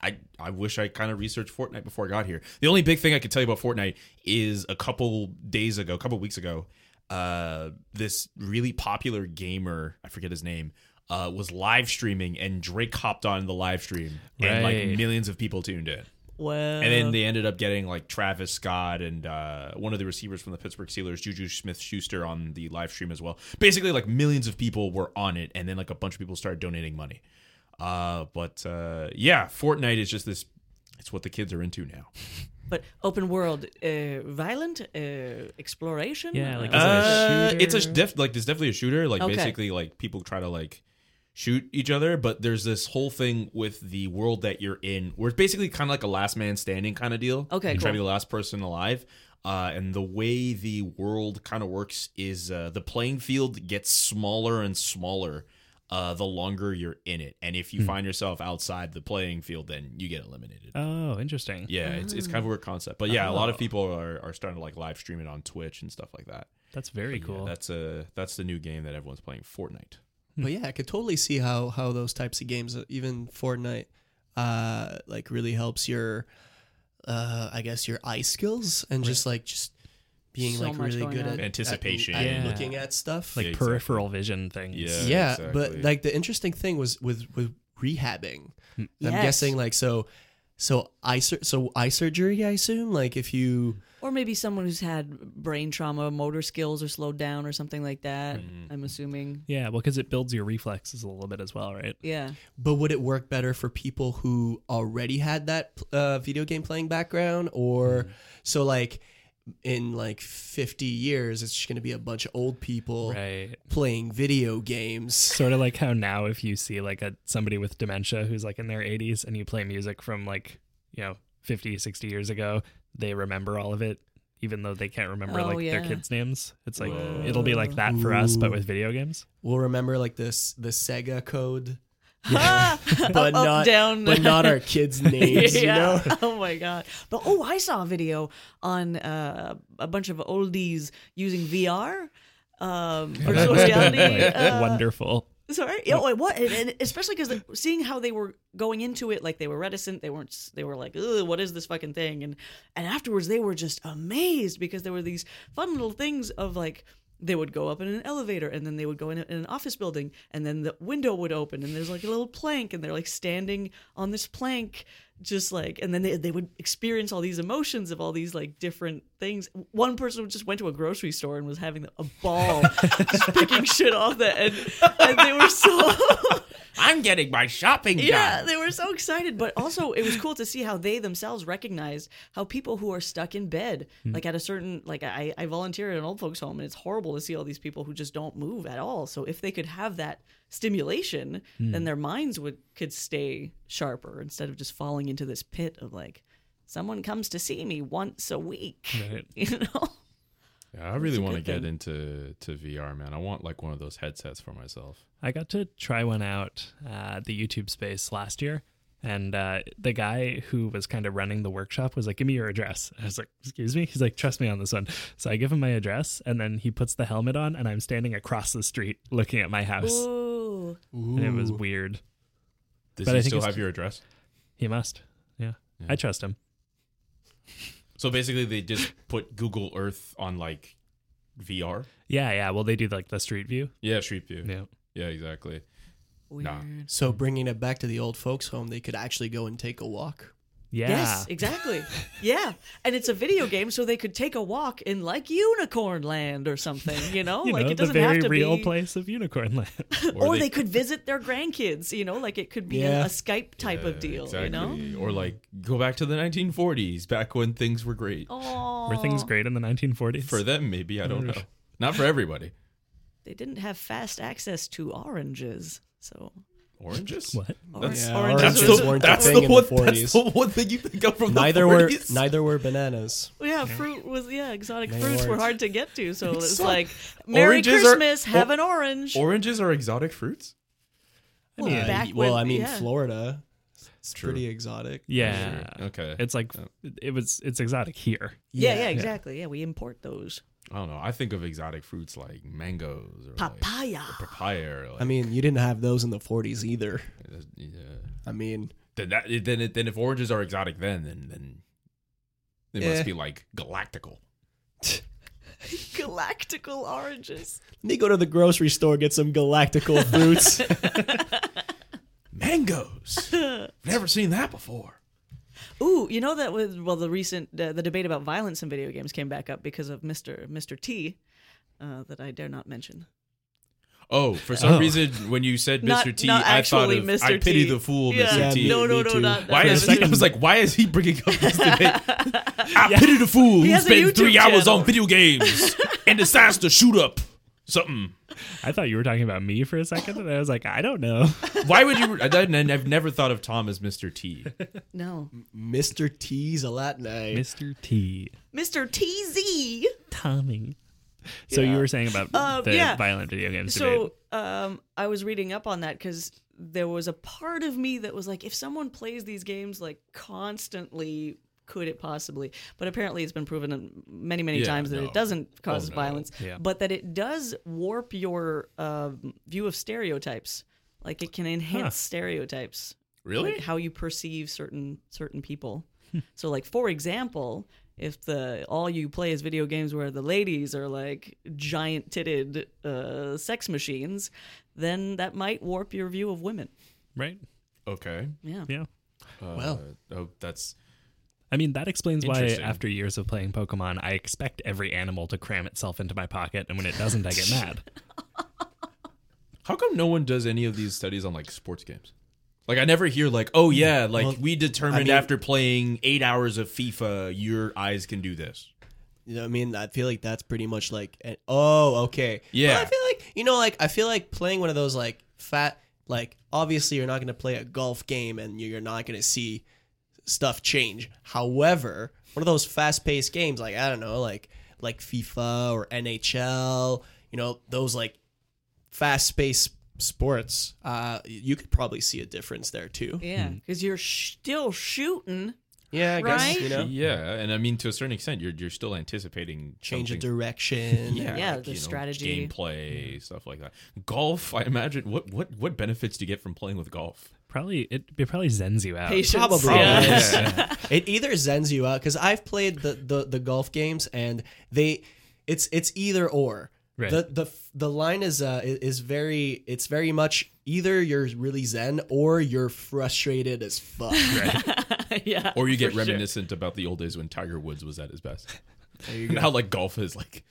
[SPEAKER 5] I I wish I kind of researched Fortnite before I got here. The only big thing I can tell you about Fortnite is a couple days ago, a couple weeks ago, uh, this really popular gamer, I forget his name, uh, was live streaming and Drake hopped on the live stream and
[SPEAKER 3] Right.
[SPEAKER 5] like millions of people tuned in.
[SPEAKER 4] Well,
[SPEAKER 5] And then they ended up getting like Travis Scott and uh, one of the receivers from the Pittsburgh Steelers, Juju Smith Schuster, on the live stream as well. Basically, like millions of people were on it, and then like a bunch of people started donating money. Uh, but uh, yeah, Fortnite is just this. It's what the kids are into now.
[SPEAKER 4] but open world, uh, violent uh, exploration.
[SPEAKER 3] Yeah, like,
[SPEAKER 4] uh,
[SPEAKER 3] is it a
[SPEAKER 5] Uh, it's a
[SPEAKER 3] shooter?
[SPEAKER 5] def- like there's definitely a shooter. Like
[SPEAKER 4] Okay.
[SPEAKER 5] basically, like people try to like shoot each other, but there's this whole thing with the world that you're in, where it's basically kind of like a last man standing kind of deal.
[SPEAKER 4] Okay,
[SPEAKER 5] you try to be
[SPEAKER 4] cool.
[SPEAKER 5] the last person alive. Uh, and the way the world kind of works is uh, the playing field gets smaller and smaller uh, the longer you're in it. And if you find yourself outside the playing field, then you get eliminated.
[SPEAKER 3] oh, interesting.
[SPEAKER 5] yeah, it's,
[SPEAKER 3] ah.
[SPEAKER 5] it's kind of a weird concept, but yeah, a lot of people are, are starting to like live stream it on Twitch and stuff like that.
[SPEAKER 3] That's very
[SPEAKER 5] Yeah,
[SPEAKER 3] cool.
[SPEAKER 5] that's a that's the new game that everyone's playing, Fortnite.
[SPEAKER 3] Hmm.
[SPEAKER 6] But yeah, I could totally see how how those types of games, uh, even Fortnite, uh, like really helps your, uh, I guess your eye skills and just like just being
[SPEAKER 4] So
[SPEAKER 6] like
[SPEAKER 4] much
[SPEAKER 6] really
[SPEAKER 4] going
[SPEAKER 6] good
[SPEAKER 4] on.
[SPEAKER 6] at
[SPEAKER 5] Anticipation.
[SPEAKER 6] at, at
[SPEAKER 3] Yeah.
[SPEAKER 6] looking at stuff.
[SPEAKER 3] like
[SPEAKER 5] Yeah, exactly.
[SPEAKER 3] peripheral vision things.
[SPEAKER 5] Yeah.
[SPEAKER 6] yeah,
[SPEAKER 5] exactly.
[SPEAKER 6] but like the interesting thing was with with rehabbing. I'm
[SPEAKER 4] Yes.
[SPEAKER 6] guessing like so, so eye sur- so eye surgery. I assume like if you
[SPEAKER 4] or maybe someone who's had brain trauma, motor skills are slowed down, or something like that.
[SPEAKER 6] Mm-hmm.
[SPEAKER 4] I'm assuming.
[SPEAKER 3] Yeah, well, because it builds your reflexes a little bit as well, right?
[SPEAKER 4] Yeah,
[SPEAKER 6] But would it work better for people who already had that uh, video game playing background, or so like in like fifty years, it's just going to be a bunch of old people
[SPEAKER 3] Right.
[SPEAKER 6] playing video games?
[SPEAKER 3] Sort of like how now if you see like a somebody with dementia who's like in their 80s and you play music from like, you know, 50, 60 years ago, they remember all of it even though they can't remember
[SPEAKER 4] Oh,
[SPEAKER 3] like their
[SPEAKER 4] yeah.
[SPEAKER 3] kids names. It's like it'll be like that for us but with video games.
[SPEAKER 6] We'll remember like this the Sega code,
[SPEAKER 4] Up, up,
[SPEAKER 6] but not
[SPEAKER 4] down.
[SPEAKER 6] but not our kids' names. You know,
[SPEAKER 4] Oh my god. But oh, I saw a video on uh, a bunch of oldies using VR, um, virtual reality.
[SPEAKER 3] Like,
[SPEAKER 4] uh,
[SPEAKER 3] wonderful.
[SPEAKER 4] Sorry. Yeah. Wait, what? And, and especially because seeing how they were going into it, like they were reticent. They weren't. s- They were like, Ugh, "What is this fucking thing?" And and afterwards, they were just amazed because there were these fun little things of like they would go up in an elevator and then they would go in, a- in an office building and then the window would open and there's like a little plank and they're like standing on this plank just like and then they, they would experience all these emotions of all these like different things one person just went to a grocery store and was having a ball just picking shit off the end and they were so
[SPEAKER 5] I'm getting my shopping
[SPEAKER 4] yeah they were so excited but also it was cool to see how they themselves recognized how people who are stuck in bed like at a certain like I, I volunteer at an old folks home and it's horrible to see all these people who just don't move at all so if they could have that stimulation then their minds would could stay sharper instead of just falling into this pit of like someone comes to see me once a week
[SPEAKER 3] Right.
[SPEAKER 4] you know
[SPEAKER 5] I really want to
[SPEAKER 4] good
[SPEAKER 5] get
[SPEAKER 4] thing.
[SPEAKER 5] into to VR, man. I want like one of those headsets for myself.
[SPEAKER 3] I got to try one out uh, at the YouTube space last year. And uh, the guy who was kind of running the workshop was like, Give me your address. I was like, Excuse me? He's like, Trust me on this one. So I give him my address, and then he puts the helmet on, and I'm standing across the street looking at my house.
[SPEAKER 4] Ooh.
[SPEAKER 3] And it was weird.
[SPEAKER 5] Does
[SPEAKER 3] But
[SPEAKER 5] he
[SPEAKER 3] I think
[SPEAKER 5] still
[SPEAKER 3] it's-
[SPEAKER 5] have your address?
[SPEAKER 3] He must. Yeah. I trust him.
[SPEAKER 5] So basically, they just put Google Earth on like VR.
[SPEAKER 3] Yeah, yeah. Well, they do like the street view.
[SPEAKER 5] Yeah, Street View.
[SPEAKER 3] Yeah.
[SPEAKER 5] Yeah, exactly.
[SPEAKER 4] Weird.
[SPEAKER 5] Nah. Hmm.
[SPEAKER 6] so bringing it back to the old folks' home, they could actually go and take a walk.
[SPEAKER 3] Yeah.
[SPEAKER 4] Yes, exactly. yeah. And it's a video game, so they could take a walk in like Unicorn Land or something, you know?
[SPEAKER 3] You
[SPEAKER 4] like
[SPEAKER 3] know,
[SPEAKER 4] it
[SPEAKER 3] the
[SPEAKER 4] doesn't
[SPEAKER 3] very
[SPEAKER 4] have to
[SPEAKER 3] real
[SPEAKER 4] be.
[SPEAKER 3] place of Unicorn Land.
[SPEAKER 4] Or, they, could visit their grandkids, you know? Like it could be
[SPEAKER 6] Yeah.
[SPEAKER 4] a, a Skype type of deal, you know?
[SPEAKER 5] Exactly. Or like go back to the 1940s, back when things were great.
[SPEAKER 4] Oh,
[SPEAKER 3] Were things great in the 1940s?
[SPEAKER 5] For them, maybe I don't know. Not for everybody.
[SPEAKER 4] they didn't have fast access to oranges. So,
[SPEAKER 5] Oranges.
[SPEAKER 3] What?
[SPEAKER 5] That's,
[SPEAKER 6] Yeah,
[SPEAKER 4] oranges
[SPEAKER 5] that's
[SPEAKER 4] was-
[SPEAKER 5] the,
[SPEAKER 6] weren't a
[SPEAKER 5] that's,
[SPEAKER 6] thing
[SPEAKER 5] the
[SPEAKER 6] in the
[SPEAKER 5] one, that's
[SPEAKER 6] 40s.
[SPEAKER 5] the one thing you think of from
[SPEAKER 6] Neither
[SPEAKER 5] the
[SPEAKER 6] were
[SPEAKER 5] 40s.
[SPEAKER 6] neither were bananas.
[SPEAKER 4] Well, yeah, fruit was, yeah, exotic
[SPEAKER 6] They
[SPEAKER 4] fruits were
[SPEAKER 6] weren't.
[SPEAKER 4] hard to get to. So it's like, Merry
[SPEAKER 5] Oranges are-
[SPEAKER 4] Christmas, have
[SPEAKER 5] or-
[SPEAKER 4] an orange.
[SPEAKER 5] Oranges are exotic fruits.
[SPEAKER 4] Well,
[SPEAKER 6] Uh,
[SPEAKER 4] back
[SPEAKER 6] well,
[SPEAKER 4] when-
[SPEAKER 6] I mean
[SPEAKER 4] yeah.
[SPEAKER 6] Florida. It's
[SPEAKER 5] Hmm. True.
[SPEAKER 6] pretty exotic.
[SPEAKER 3] Yeah.
[SPEAKER 5] Sure. Okay.
[SPEAKER 3] It's like it was. It's exotic here.
[SPEAKER 4] Yeah, yeah,
[SPEAKER 6] Yeah.
[SPEAKER 4] exactly. Yeah, we import those.
[SPEAKER 5] I don't know. I think of exotic fruits like mangoes or like
[SPEAKER 4] Papaya.
[SPEAKER 5] papaya. Or like, uh,
[SPEAKER 6] I mean, you didn't have those in the 40s either.
[SPEAKER 5] yeah.
[SPEAKER 6] I mean,
[SPEAKER 5] Then that then it, then if oranges are exotic then then then they
[SPEAKER 6] Yeah.
[SPEAKER 5] must be like galactical.
[SPEAKER 4] Galactical oranges.
[SPEAKER 6] let me go to the grocery store get some galactical fruits.
[SPEAKER 5] Mangoes. Never seen that before.
[SPEAKER 4] Ooh, you know that was well the recent uh, the debate about violence in video games came back up because of Mister Mister T, uh, that I dare not mention.
[SPEAKER 5] Oh, for some
[SPEAKER 3] Oh.
[SPEAKER 5] reason, when you said
[SPEAKER 4] Not-
[SPEAKER 5] Mr. T, I
[SPEAKER 4] not
[SPEAKER 5] thought
[SPEAKER 4] actually
[SPEAKER 5] of
[SPEAKER 4] Mr.
[SPEAKER 5] I pity
[SPEAKER 4] T.
[SPEAKER 5] the fool,
[SPEAKER 4] Yeah.
[SPEAKER 5] Mr.
[SPEAKER 6] Yeah,
[SPEAKER 5] T.
[SPEAKER 6] me-
[SPEAKER 4] no, no,
[SPEAKER 6] me
[SPEAKER 4] no,
[SPEAKER 6] too.
[SPEAKER 4] not
[SPEAKER 5] Why
[SPEAKER 4] not
[SPEAKER 5] is
[SPEAKER 4] Mr.
[SPEAKER 5] he,
[SPEAKER 4] T.
[SPEAKER 5] I was like, why is he bringing up this debate? I pity the fool
[SPEAKER 4] He
[SPEAKER 5] who
[SPEAKER 4] has a
[SPEAKER 5] spent three
[SPEAKER 4] YouTube
[SPEAKER 5] hours
[SPEAKER 4] channel.
[SPEAKER 5] on video games and decides to shoot up something.
[SPEAKER 3] I thought you were talking about me for a second, and I was like, I don't know.
[SPEAKER 5] Why would you? I didn't- and I've never thought of Tom as Mr. T.
[SPEAKER 4] No,
[SPEAKER 6] Mr. T's a Latin name.
[SPEAKER 3] Mr. T.
[SPEAKER 4] Mister T Z.
[SPEAKER 3] Tommy. So you were saying about
[SPEAKER 4] Uh,
[SPEAKER 3] the
[SPEAKER 4] yeah.
[SPEAKER 3] violent video games debate.
[SPEAKER 4] So um, I was reading up on that because there was a part of me that was like, if someone plays these games like constantly, could it possibly? But apparently, it's been proven many, many
[SPEAKER 5] Yeah,
[SPEAKER 4] times that
[SPEAKER 5] no. Oh,
[SPEAKER 4] it doesn't cause
[SPEAKER 5] no.
[SPEAKER 4] violence, but that it does warp your um, view of stereotypes. Like it can enhance stereotypes
[SPEAKER 5] Really?
[SPEAKER 4] like how you perceive certain certain people. so like for example, if the all you play is video games where the ladies are like giant titted uh, sex machines, then that might warp your view of women.
[SPEAKER 3] Right?
[SPEAKER 5] Okay.
[SPEAKER 4] Yeah.
[SPEAKER 3] Yeah.
[SPEAKER 5] Uh,
[SPEAKER 6] Well.
[SPEAKER 5] oh, that's
[SPEAKER 3] I mean, that explains why
[SPEAKER 5] Interesting.
[SPEAKER 3] after years of playing Pokemon, I expect every animal to cram itself into my pocket, and when it doesn't, I get mad.
[SPEAKER 5] how come no one does any of these studies on like sports games? Like I never hear like, oh yeah, like
[SPEAKER 6] Well,
[SPEAKER 5] we determined
[SPEAKER 6] I mean-
[SPEAKER 5] after playing eight hours of FIFA, your eyes can do this.
[SPEAKER 6] You know what I mean? I feel like that's pretty much like an, oh, okay.
[SPEAKER 5] Yeah.
[SPEAKER 6] Well, I feel like you know, like I feel like playing one of those like fat like obviously you're not gonna play a golf game and you're not gonna see stuff change. However, one of those fast paced games, like I don't know, like like FIFA or NHL, you know, those like fast paced sports, uh you could probably see a difference there too.
[SPEAKER 4] Yeah,
[SPEAKER 5] Hmm.
[SPEAKER 4] because you're sh- still shooting.
[SPEAKER 6] Yeah, I guess
[SPEAKER 4] Right?
[SPEAKER 6] you know
[SPEAKER 5] Yeah, and I mean to a certain extent, you're you're still anticipating
[SPEAKER 6] change of
[SPEAKER 5] something.
[SPEAKER 6] direction.
[SPEAKER 4] Yeah, the
[SPEAKER 5] you know,
[SPEAKER 4] strategy.
[SPEAKER 5] gameplay, stuff like that. Golf, I imagine. What what what benefits do you get from playing with golf?
[SPEAKER 3] Probably it, it probably zens you out.
[SPEAKER 4] Patience.
[SPEAKER 6] Probably.
[SPEAKER 5] Oh,
[SPEAKER 4] Yeah.
[SPEAKER 6] it either zens you out because I've played the, the the golf games and they it's it's either or.
[SPEAKER 3] Right.
[SPEAKER 6] The the the line is uh i- is very it's very much either you're really zen or you're frustrated as fuck.
[SPEAKER 4] yeah.
[SPEAKER 5] Or you get
[SPEAKER 4] for sure.
[SPEAKER 5] reminiscent about the old days when Tiger Woods was at his best. and how like golf is like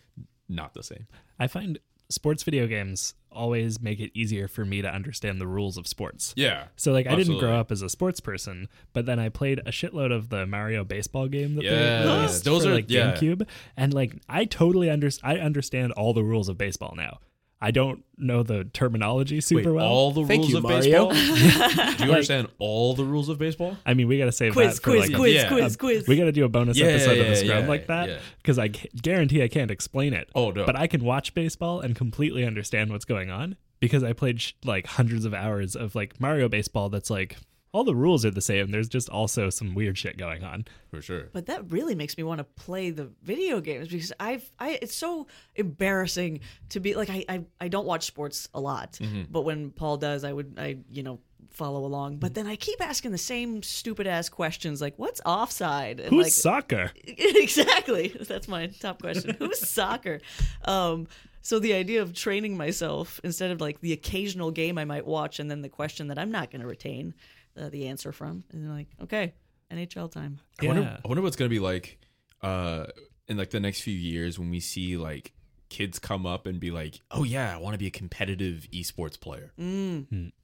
[SPEAKER 5] not the same.
[SPEAKER 3] I find sports video games always make it easier for me to understand the rules of sports.
[SPEAKER 5] Yeah.
[SPEAKER 3] So like I didn't
[SPEAKER 5] Absolutely.
[SPEAKER 3] grow up as a sports person, but then I played a shitload of the Mario baseball game that
[SPEAKER 5] Yeah,
[SPEAKER 3] they released
[SPEAKER 5] those
[SPEAKER 3] for,
[SPEAKER 5] are-
[SPEAKER 3] like
[SPEAKER 5] yeah.
[SPEAKER 3] GameCube, and like I totally under I understand all the rules of baseball now. I don't know the terminology
[SPEAKER 5] Wait,
[SPEAKER 3] super well.
[SPEAKER 5] all the
[SPEAKER 6] Thank
[SPEAKER 5] rules
[SPEAKER 6] you,
[SPEAKER 5] of
[SPEAKER 6] Mario.
[SPEAKER 5] baseball? do you understand all the rules of baseball?
[SPEAKER 3] I mean, we gotta save
[SPEAKER 4] Quiz,
[SPEAKER 3] that for
[SPEAKER 4] quiz,
[SPEAKER 3] like a-
[SPEAKER 4] quiz,
[SPEAKER 5] Yeah.
[SPEAKER 4] quiz, quiz.
[SPEAKER 3] We got to do a bonus
[SPEAKER 5] Yeah,
[SPEAKER 3] episode
[SPEAKER 5] yeah,
[SPEAKER 3] of the scrum
[SPEAKER 5] yeah,
[SPEAKER 3] like
[SPEAKER 5] yeah.
[SPEAKER 3] that because I c- guarantee I can't explain it.
[SPEAKER 5] Oh, no.
[SPEAKER 3] But I can watch baseball and completely understand what's going on because I played sh- like hundreds of hours of like Mario baseball. That's like all the rules are the same. There's just also some weird shit going on.
[SPEAKER 5] For sure.
[SPEAKER 4] But that really makes me want to play the video games because I've I it's so embarrassing to be like I I, I don't watch sports a lot, but when Paul does, I would I you know follow along. But then I keep asking the same stupid ass questions like what's offside and
[SPEAKER 3] Who's
[SPEAKER 4] like
[SPEAKER 3] soccer?
[SPEAKER 4] exactly that's my top question who's soccer um so the idea of training myself instead of like the occasional game i might watch and then the question that i'm not going to retain uh, the answer from and like okay NHL time.
[SPEAKER 5] I
[SPEAKER 3] Yeah.
[SPEAKER 5] wonder, I wonder what's gonna be like uh, in like the next few years when we see like kids come up and be like, "Oh yeah, I want to be a competitive esports player."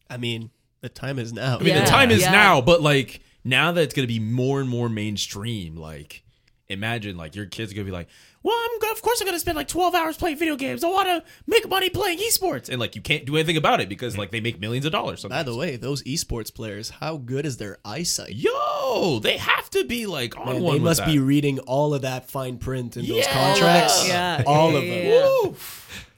[SPEAKER 6] I mean, the time is now.
[SPEAKER 5] I mean,
[SPEAKER 4] Yeah.
[SPEAKER 5] the time is
[SPEAKER 4] Yeah.
[SPEAKER 5] now, but like now that it's gonna be more and more mainstream, like. Imagine like your kids are gonna be like, well, I'm go- of course I'm gonna spend like 12 hours playing video games. I want to make money playing esports, and like you can't do anything about it because like they make millions of dollars.
[SPEAKER 6] By
[SPEAKER 5] Sometimes.
[SPEAKER 6] the way, those esports players, how good is their eyesight?
[SPEAKER 5] yo, they have to be like on
[SPEAKER 6] Man,
[SPEAKER 5] one.
[SPEAKER 6] they
[SPEAKER 5] with
[SPEAKER 6] must
[SPEAKER 5] that.
[SPEAKER 6] be reading all of that fine print in those
[SPEAKER 5] Yeah.
[SPEAKER 6] contracts.
[SPEAKER 4] Yeah.
[SPEAKER 6] All
[SPEAKER 4] Yeah,
[SPEAKER 6] of
[SPEAKER 4] yeah,
[SPEAKER 6] them.
[SPEAKER 4] yeah.
[SPEAKER 5] Woo!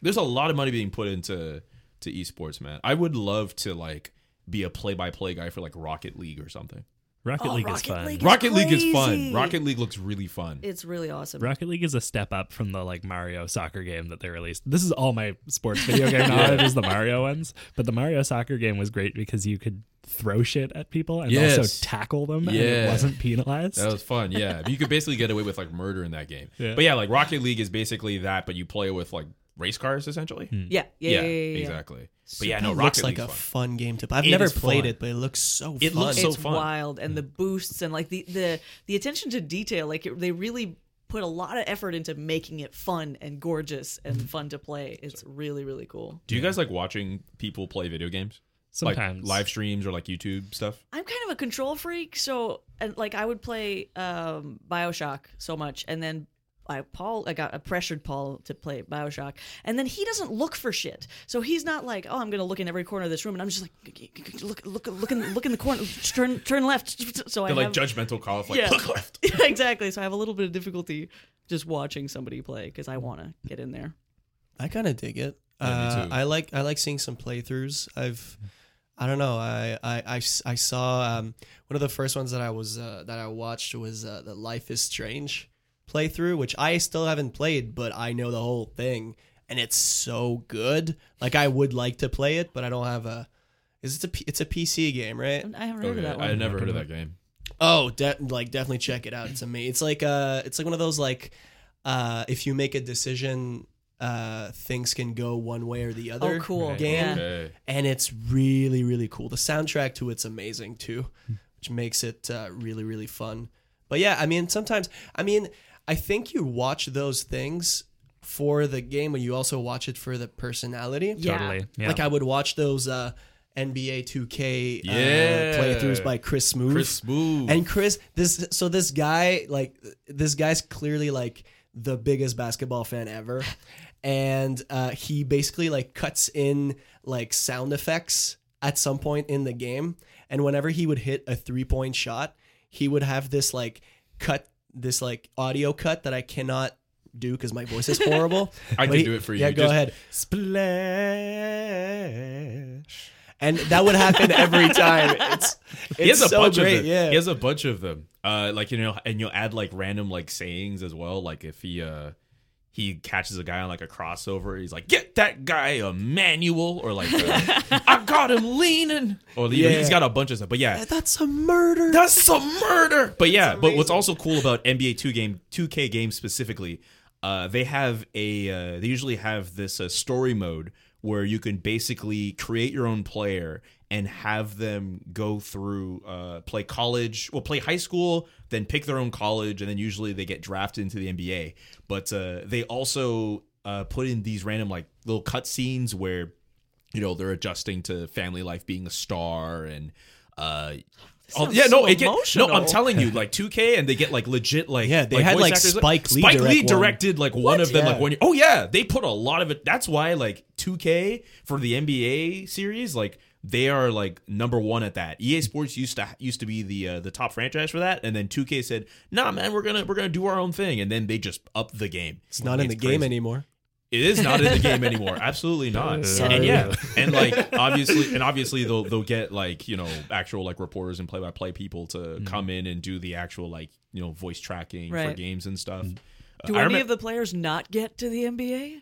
[SPEAKER 5] There's a lot of money being put into to esports, man. I would love to like be a play-by-play guy for like Rocket League or something.
[SPEAKER 3] Rocket
[SPEAKER 4] Oh,
[SPEAKER 3] League is
[SPEAKER 4] Rocket
[SPEAKER 3] fun.
[SPEAKER 4] League. It's
[SPEAKER 5] Rocket League is
[SPEAKER 4] crazy.
[SPEAKER 5] fun. Rocket League looks really fun.
[SPEAKER 4] It's really awesome.
[SPEAKER 3] Rocket League is a step up from the like Mario soccer game that they released. This is all my sports video game knowledge is the Mario ones, but the Mario soccer game was great because you could throw shit at people and
[SPEAKER 5] Yes.
[SPEAKER 3] also tackle them and it
[SPEAKER 5] Yeah.
[SPEAKER 3] wasn't penalized.
[SPEAKER 5] That was fun, yeah. you could basically get away with like murder in that game.
[SPEAKER 3] Yeah.
[SPEAKER 5] But yeah, like Rocket League is basically that, but you play with like race cars essentially.
[SPEAKER 3] Hmm.
[SPEAKER 4] Yeah, yeah, yeah, yeah, yeah, yeah.
[SPEAKER 5] exactly. But yeah, no,
[SPEAKER 6] It
[SPEAKER 5] Rocket
[SPEAKER 6] looks like
[SPEAKER 5] League's
[SPEAKER 6] a
[SPEAKER 5] fun.
[SPEAKER 6] fun game to play. I've
[SPEAKER 5] It
[SPEAKER 6] never
[SPEAKER 5] is
[SPEAKER 6] played
[SPEAKER 5] fun.
[SPEAKER 6] it, but it looks so
[SPEAKER 5] It
[SPEAKER 6] fun.
[SPEAKER 5] looks so
[SPEAKER 4] It's
[SPEAKER 5] fun.
[SPEAKER 4] wild, and the boosts and like the the the attention to detail. Like it, they really put a lot of effort into making it fun and gorgeous
[SPEAKER 5] Mm-hmm.
[SPEAKER 4] and fun to play. It's really really cool.
[SPEAKER 5] Do you guys like watching people play video games?
[SPEAKER 3] Sometimes
[SPEAKER 5] Like live streams or like YouTube stuff?
[SPEAKER 4] I'm kind of a control freak, so and like I would play um BioShock so much and then I Paul I got I pressured Paul to play BioShock and then he doesn't look for shit. So he's not like, "Oh, I'm going to look in every corner of this room." And I'm just like, "G- g- g- "Look look look in look in the corner. Turn turn left." So I
[SPEAKER 5] They're
[SPEAKER 4] have-
[SPEAKER 5] like judgmental call of like
[SPEAKER 4] Yeah.
[SPEAKER 5] look left.
[SPEAKER 4] Yeah, exactly. So I have a little bit of difficulty just watching somebody play because I want to get in there.
[SPEAKER 6] I kind of dig it.
[SPEAKER 5] Yeah, me
[SPEAKER 6] Uh,
[SPEAKER 5] too.
[SPEAKER 6] I like I like seeing some playthroughs. I've I don't know. I I, I, s- I saw um, one of the first ones that I was uh, that I watched was uh, the Life is Strange playthrough, which I still haven't played, but I know the whole thing, and it's so good. Like I would like to play it, but I don't have a. Is it a P- it's a PC game, right?
[SPEAKER 4] I haven't heard
[SPEAKER 5] Okay,
[SPEAKER 4] of that
[SPEAKER 5] I
[SPEAKER 4] one.
[SPEAKER 5] never heard of that game.
[SPEAKER 6] Oh, de- like definitely check it out. It's amazing. It's like uh, it's like one of those like, uh, if you make a decision, uh, things can go one way or the other.
[SPEAKER 4] Oh, cool.
[SPEAKER 3] Right.
[SPEAKER 6] Game,
[SPEAKER 4] Yeah.
[SPEAKER 5] Okay.
[SPEAKER 6] and it's really really cool. The soundtrack to it's amazing too, which makes it uh, really really fun. But yeah, I mean sometimes I mean I think you watch those things for the game, but you also watch it for the personality.
[SPEAKER 4] Yeah.
[SPEAKER 3] totally. Yeah.
[SPEAKER 6] Like I would watch those uh, NBA 2K uh,
[SPEAKER 5] Yeah.
[SPEAKER 6] playthroughs by Chris Smooth.
[SPEAKER 5] Chris Smooth.
[SPEAKER 6] And Chris, this so this guy like this guy's clearly like the biggest basketball fan ever, and uh, he basically like cuts in like sound effects at some point in the game, and whenever he would hit a three point shot, he would have this like cut this like audio cut that I cannot do because my voice is horrible.
[SPEAKER 5] I
[SPEAKER 6] But
[SPEAKER 5] can
[SPEAKER 6] he-
[SPEAKER 5] do it for you.
[SPEAKER 6] Yeah, go
[SPEAKER 5] Just-
[SPEAKER 6] ahead. Splash. And that would happen every time. It's, it's
[SPEAKER 5] he has a
[SPEAKER 6] so
[SPEAKER 5] bunch
[SPEAKER 6] great.
[SPEAKER 5] of them.
[SPEAKER 6] Yeah.
[SPEAKER 5] He has a bunch of them. Uh, like you know, and you'll add like random like sayings as well. Like if he uh he catches a guy on like a crossover, he's like, "Get that guy a manual," or like, uh, "I got him leaning," or you know, he's got a bunch of stuff. But yeah.
[SPEAKER 6] "Eh, That's a murder.
[SPEAKER 5] That's some murder. But yeah, but what's also cool about NBA two game two K games specifically, uh, they have a uh, they usually have this uh, story mode where you can basically create your own player and have them go through uh, play college, well play high school, then pick their own college, and then usually they get drafted into the NBA. But uh, they also uh, put in these random like little cutscenes where you know they're adjusting to family life being a star and uh oh,
[SPEAKER 4] sounds
[SPEAKER 5] yeah no
[SPEAKER 4] so
[SPEAKER 5] it get, no
[SPEAKER 4] emotional.
[SPEAKER 5] i'm telling you like 2k and they get like legit like
[SPEAKER 6] Yeah, they had,
[SPEAKER 5] voice
[SPEAKER 6] like,
[SPEAKER 5] actors.
[SPEAKER 6] Spike Lee
[SPEAKER 5] spike
[SPEAKER 6] direct
[SPEAKER 5] lee
[SPEAKER 6] one.
[SPEAKER 5] directed like one of them
[SPEAKER 6] Yeah.
[SPEAKER 5] like one oh yeah they put a lot of it that's why like 2k for the nba series like they are like number one at that. EA Sports used to used to be the uh, the top franchise for that, and then 2K said, "Nah, man, we're gonna we're gonna do our own thing," and then they just up the game.
[SPEAKER 6] It's not in the game anymore.
[SPEAKER 5] It is not in the game anymore. Absolutely not.
[SPEAKER 3] Sorry.
[SPEAKER 5] And yeah, and like obviously, and obviously they'll they'll get like you know actual like reporters and play by play people to come in and do the actual like you know voice tracking for
[SPEAKER 4] Right.
[SPEAKER 5] games and stuff.
[SPEAKER 4] Do
[SPEAKER 5] Uh, I
[SPEAKER 4] any
[SPEAKER 5] remem-
[SPEAKER 4] of the players not get to the NBA?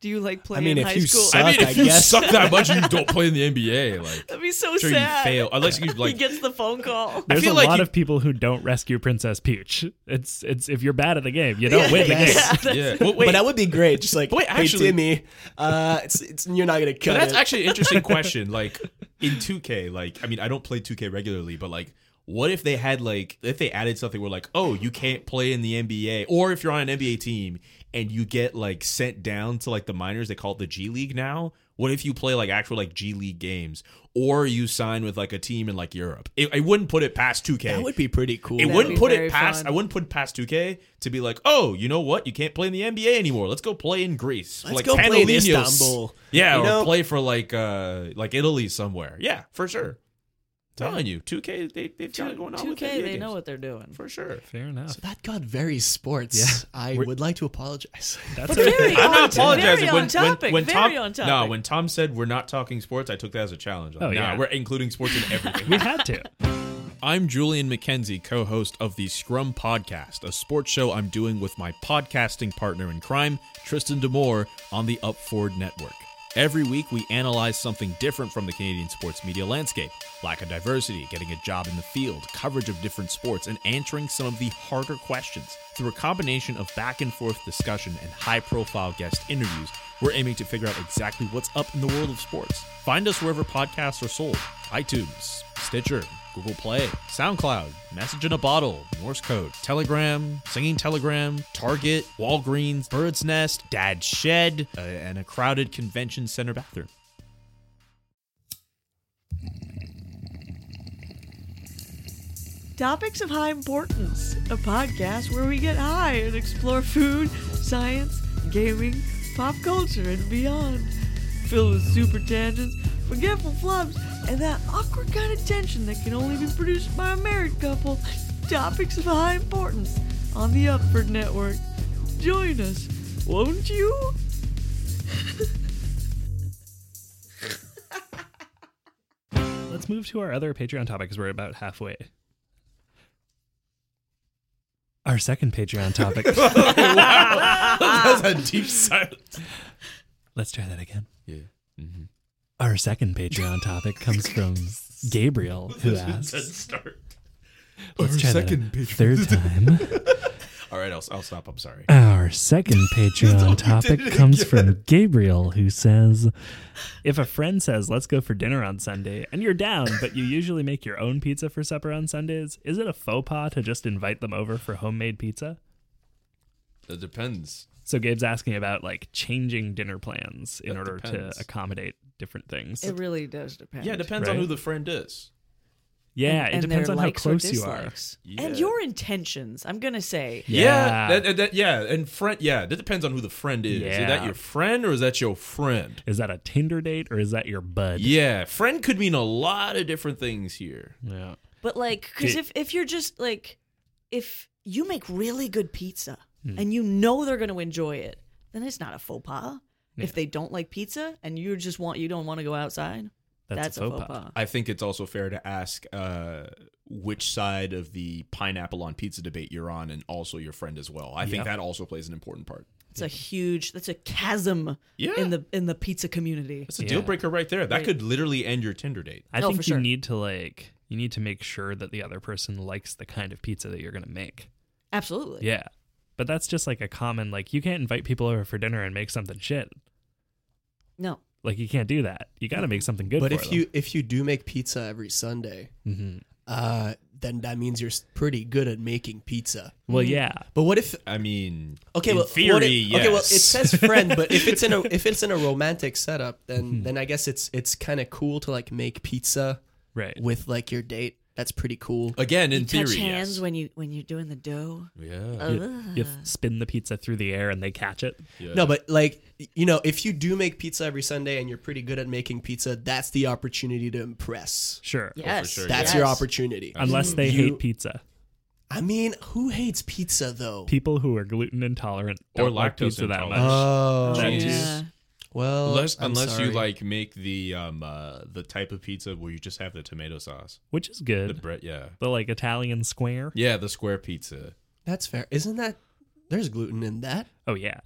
[SPEAKER 4] Do you like play
[SPEAKER 6] I mean,
[SPEAKER 4] in
[SPEAKER 6] if
[SPEAKER 4] high
[SPEAKER 6] you
[SPEAKER 4] school?
[SPEAKER 6] suck-
[SPEAKER 5] I mean, if
[SPEAKER 6] I
[SPEAKER 5] you
[SPEAKER 6] guess.
[SPEAKER 5] suck that much, you don't play in the NBA. Like,
[SPEAKER 4] That'd be so
[SPEAKER 5] sure
[SPEAKER 4] sad.
[SPEAKER 5] you fail unless you
[SPEAKER 4] he
[SPEAKER 5] like.
[SPEAKER 4] gets the phone call.
[SPEAKER 3] There's
[SPEAKER 5] feel
[SPEAKER 3] a
[SPEAKER 5] like
[SPEAKER 3] lot
[SPEAKER 5] you-
[SPEAKER 3] of people who don't rescue Princess Peach. It's it's if you're bad at the game, you don't win the game.
[SPEAKER 5] yeah, Well, wait,
[SPEAKER 6] But that would be great. Just like,
[SPEAKER 5] Wait, actually-
[SPEAKER 6] hey, Timmy, uh, it's, it's, you're not going to cut
[SPEAKER 5] But that's
[SPEAKER 6] it.
[SPEAKER 5] actually an interesting question. Like in 2K, like I mean, I don't play 2K regularly, but like What if they had like if they added something where like, oh, you can't play in the NBA, or if you're on an NBA team and you get like sent down to like the minors, they call it the G League now. What if you play like actual like G League games, or you sign with like a team in like Europe? It, I wouldn't put it past 2K.
[SPEAKER 6] That would be pretty cool.
[SPEAKER 5] It
[SPEAKER 4] That'd
[SPEAKER 5] wouldn't
[SPEAKER 4] be
[SPEAKER 5] put
[SPEAKER 4] very
[SPEAKER 5] it past.
[SPEAKER 4] fun.
[SPEAKER 5] I wouldn't put past 2K to be like, oh, you know what? You can't play in the NBA anymore. Let's go play in Greece.
[SPEAKER 6] Let's
[SPEAKER 5] like
[SPEAKER 6] go play in
[SPEAKER 5] Panathinaikos.
[SPEAKER 6] Istanbul.
[SPEAKER 5] Yeah,
[SPEAKER 6] You
[SPEAKER 5] or
[SPEAKER 6] know-
[SPEAKER 5] play for like uh like Italy somewhere. Yeah, for sure. Telling you, 2K they they've got it going on
[SPEAKER 4] Two
[SPEAKER 5] with
[SPEAKER 4] K,
[SPEAKER 5] NBA
[SPEAKER 4] they
[SPEAKER 5] games.
[SPEAKER 4] know what they're doing.
[SPEAKER 5] for sure.
[SPEAKER 3] Fair enough.
[SPEAKER 6] So that got very sports. I would like to apologize.
[SPEAKER 3] That's
[SPEAKER 4] But
[SPEAKER 3] okay.
[SPEAKER 4] very
[SPEAKER 5] I'm
[SPEAKER 4] on
[SPEAKER 5] not apologizing.
[SPEAKER 4] Very
[SPEAKER 5] when,
[SPEAKER 4] on topic.
[SPEAKER 5] when, when
[SPEAKER 4] very
[SPEAKER 5] Tom,
[SPEAKER 4] on topic.
[SPEAKER 5] No, when Tom said we're not talking sports, I took that as a challenge. Like,
[SPEAKER 3] Oh,
[SPEAKER 5] nah,
[SPEAKER 3] yeah.
[SPEAKER 5] we're including sports in everything.
[SPEAKER 3] we had to.
[SPEAKER 5] I'm Julian McKenzie, co host of the Scrum Podcast, a sports show I'm doing with my podcasting partner in crime, Tristan Damore, on the Upford Network. Every week, we analyze something different from the Canadian sports media landscape lack of diversity, getting a job in the field, coverage of different sports, and answering some of the harder questions. Through a combination of back and forth discussion and high profile guest interviews, we're aiming to figure out exactly what's up in the world of sports. Find us wherever podcasts are sold iTunes, Stitcher, Google Play, SoundCloud, Message in a Bottle, Morse Code, Telegram, Singing Telegram, Target, Walgreens, Bird's Nest, Dad's Shed, uh, and a crowded convention center bathroom.
[SPEAKER 4] Topics of High Importance, a podcast where we get high and explore food, science, gaming, pop culture, and beyond. Filled with super tangents, forgetful flubs, and that awkward kind of tension that can only be produced by a married couple. Topics of High Importance on the Upford Network. Join us, won't you?
[SPEAKER 3] Let's move to our other Patreon topic because we're about halfway. Our second Patreon topic.
[SPEAKER 5] That's a deep silence.
[SPEAKER 3] Let's try that again.
[SPEAKER 5] Yeah. Mm-hmm.
[SPEAKER 3] Our second Patreon topic comes from Gabriel, who asks.
[SPEAKER 5] start.
[SPEAKER 3] Let's try second that a third time.
[SPEAKER 5] All right, I'll, I'll stop. I'm sorry.
[SPEAKER 3] Our second Patreon topic comes from Gabriel, who says If a friend says, let's go for dinner on Sunday, and you're down, but you usually make your own pizza for supper on Sundays, is it a faux pas to just invite them over for homemade pizza?
[SPEAKER 5] That depends.
[SPEAKER 3] So Gabe's asking about like changing dinner plans in
[SPEAKER 5] That
[SPEAKER 3] order
[SPEAKER 5] depends.
[SPEAKER 3] to accommodate different things.
[SPEAKER 4] really does depend.
[SPEAKER 5] Yeah, it depends on
[SPEAKER 3] Right.
[SPEAKER 5] who the friend is.
[SPEAKER 3] yeah, it depends on how close you are.
[SPEAKER 4] you are. And your intentions, I'm going to say.
[SPEAKER 5] Yeah, that, that, that- yeah, and friend. Yeah, that depends on who the friend is. Is that
[SPEAKER 3] Yeah.
[SPEAKER 5] your friend or is that your friend?
[SPEAKER 3] Is that a Tinder date or is that your bud?
[SPEAKER 5] Yeah, friend could mean a lot of different things here.
[SPEAKER 3] Yeah.
[SPEAKER 4] But like, because
[SPEAKER 3] It-
[SPEAKER 4] if if you're just like, if you make really good pizza
[SPEAKER 3] Hmm.
[SPEAKER 4] and you know they're going to enjoy it, then it's not a faux pas. If they don't like pizza and you just want you don't want to go outside,
[SPEAKER 3] That's a
[SPEAKER 4] that's, a
[SPEAKER 3] faux
[SPEAKER 4] faux
[SPEAKER 3] pas.
[SPEAKER 4] pas.
[SPEAKER 5] I think it's also fair to ask uh, which side of the pineapple on pizza debate you're on, and also your friend as well. I
[SPEAKER 3] Yeah.
[SPEAKER 5] think that also plays an important part.
[SPEAKER 4] It's a huge. That's a chasm
[SPEAKER 5] Yeah.
[SPEAKER 4] in the in the pizza community.
[SPEAKER 5] That's a
[SPEAKER 3] Yeah.
[SPEAKER 5] deal breaker right there. That could literally end your Tinder date.
[SPEAKER 3] I
[SPEAKER 4] Oh,
[SPEAKER 3] think
[SPEAKER 4] for
[SPEAKER 3] you
[SPEAKER 4] sure.
[SPEAKER 3] need to like you need to make sure that the other person likes the kind of pizza that you're gonna make.
[SPEAKER 4] Absolutely.
[SPEAKER 3] Yeah. But that's just like a common like you can't invite people over for dinner and make something shit.
[SPEAKER 4] No.
[SPEAKER 3] Like you can't do that. You gotta make something good
[SPEAKER 6] but
[SPEAKER 3] for
[SPEAKER 6] if you if you do make pizza every Sunday,
[SPEAKER 3] Mhm.
[SPEAKER 6] uh, then that means you're s- pretty good at making pizza.
[SPEAKER 3] Well
[SPEAKER 4] Mm-hmm.
[SPEAKER 3] yeah.
[SPEAKER 6] But what if
[SPEAKER 5] I mean,
[SPEAKER 6] okay,
[SPEAKER 5] in
[SPEAKER 6] well,
[SPEAKER 5] theory,
[SPEAKER 6] what if-
[SPEAKER 5] yes.
[SPEAKER 6] okay, well, it says friend, but if it's in a if it's in a romantic setup, then then I guess it's it's kind of cool to like make pizza
[SPEAKER 3] Right.
[SPEAKER 6] with like your date. That's pretty cool.
[SPEAKER 5] again in
[SPEAKER 4] You
[SPEAKER 5] theory,
[SPEAKER 4] touch hands
[SPEAKER 5] yes. Oh,
[SPEAKER 4] when you when you're doing the dough.
[SPEAKER 5] yeah.
[SPEAKER 3] You, you spin the pizza through the air and they catch it.
[SPEAKER 6] No, but like you know, if you do make pizza every Sunday and you're pretty good at making pizza, that's the opportunity to impress.
[SPEAKER 3] Sure.
[SPEAKER 4] Yes.
[SPEAKER 5] sure,
[SPEAKER 6] That's
[SPEAKER 4] yes.
[SPEAKER 6] your opportunity.
[SPEAKER 3] Unless they
[SPEAKER 6] You-
[SPEAKER 3] hate pizza.
[SPEAKER 6] I mean, who hates pizza though?
[SPEAKER 3] People who are gluten intolerant
[SPEAKER 5] Or
[SPEAKER 3] don't like
[SPEAKER 5] lactose
[SPEAKER 3] pizza that much.
[SPEAKER 5] intolerant.
[SPEAKER 6] Oh,
[SPEAKER 4] Oh,
[SPEAKER 5] Jeez.
[SPEAKER 4] yeah.
[SPEAKER 6] well,
[SPEAKER 5] unless
[SPEAKER 6] Oh, I'm
[SPEAKER 5] unless you
[SPEAKER 6] sorry.
[SPEAKER 5] like make the um uh, the type of pizza where you just have the tomato sauce,
[SPEAKER 3] which is
[SPEAKER 5] the
[SPEAKER 3] good.
[SPEAKER 5] bread, yeah,
[SPEAKER 3] The like Italian square.
[SPEAKER 5] yeah, the square pizza.
[SPEAKER 6] That's fair. Isn't that? There's gluten in that.
[SPEAKER 3] Oh yeah,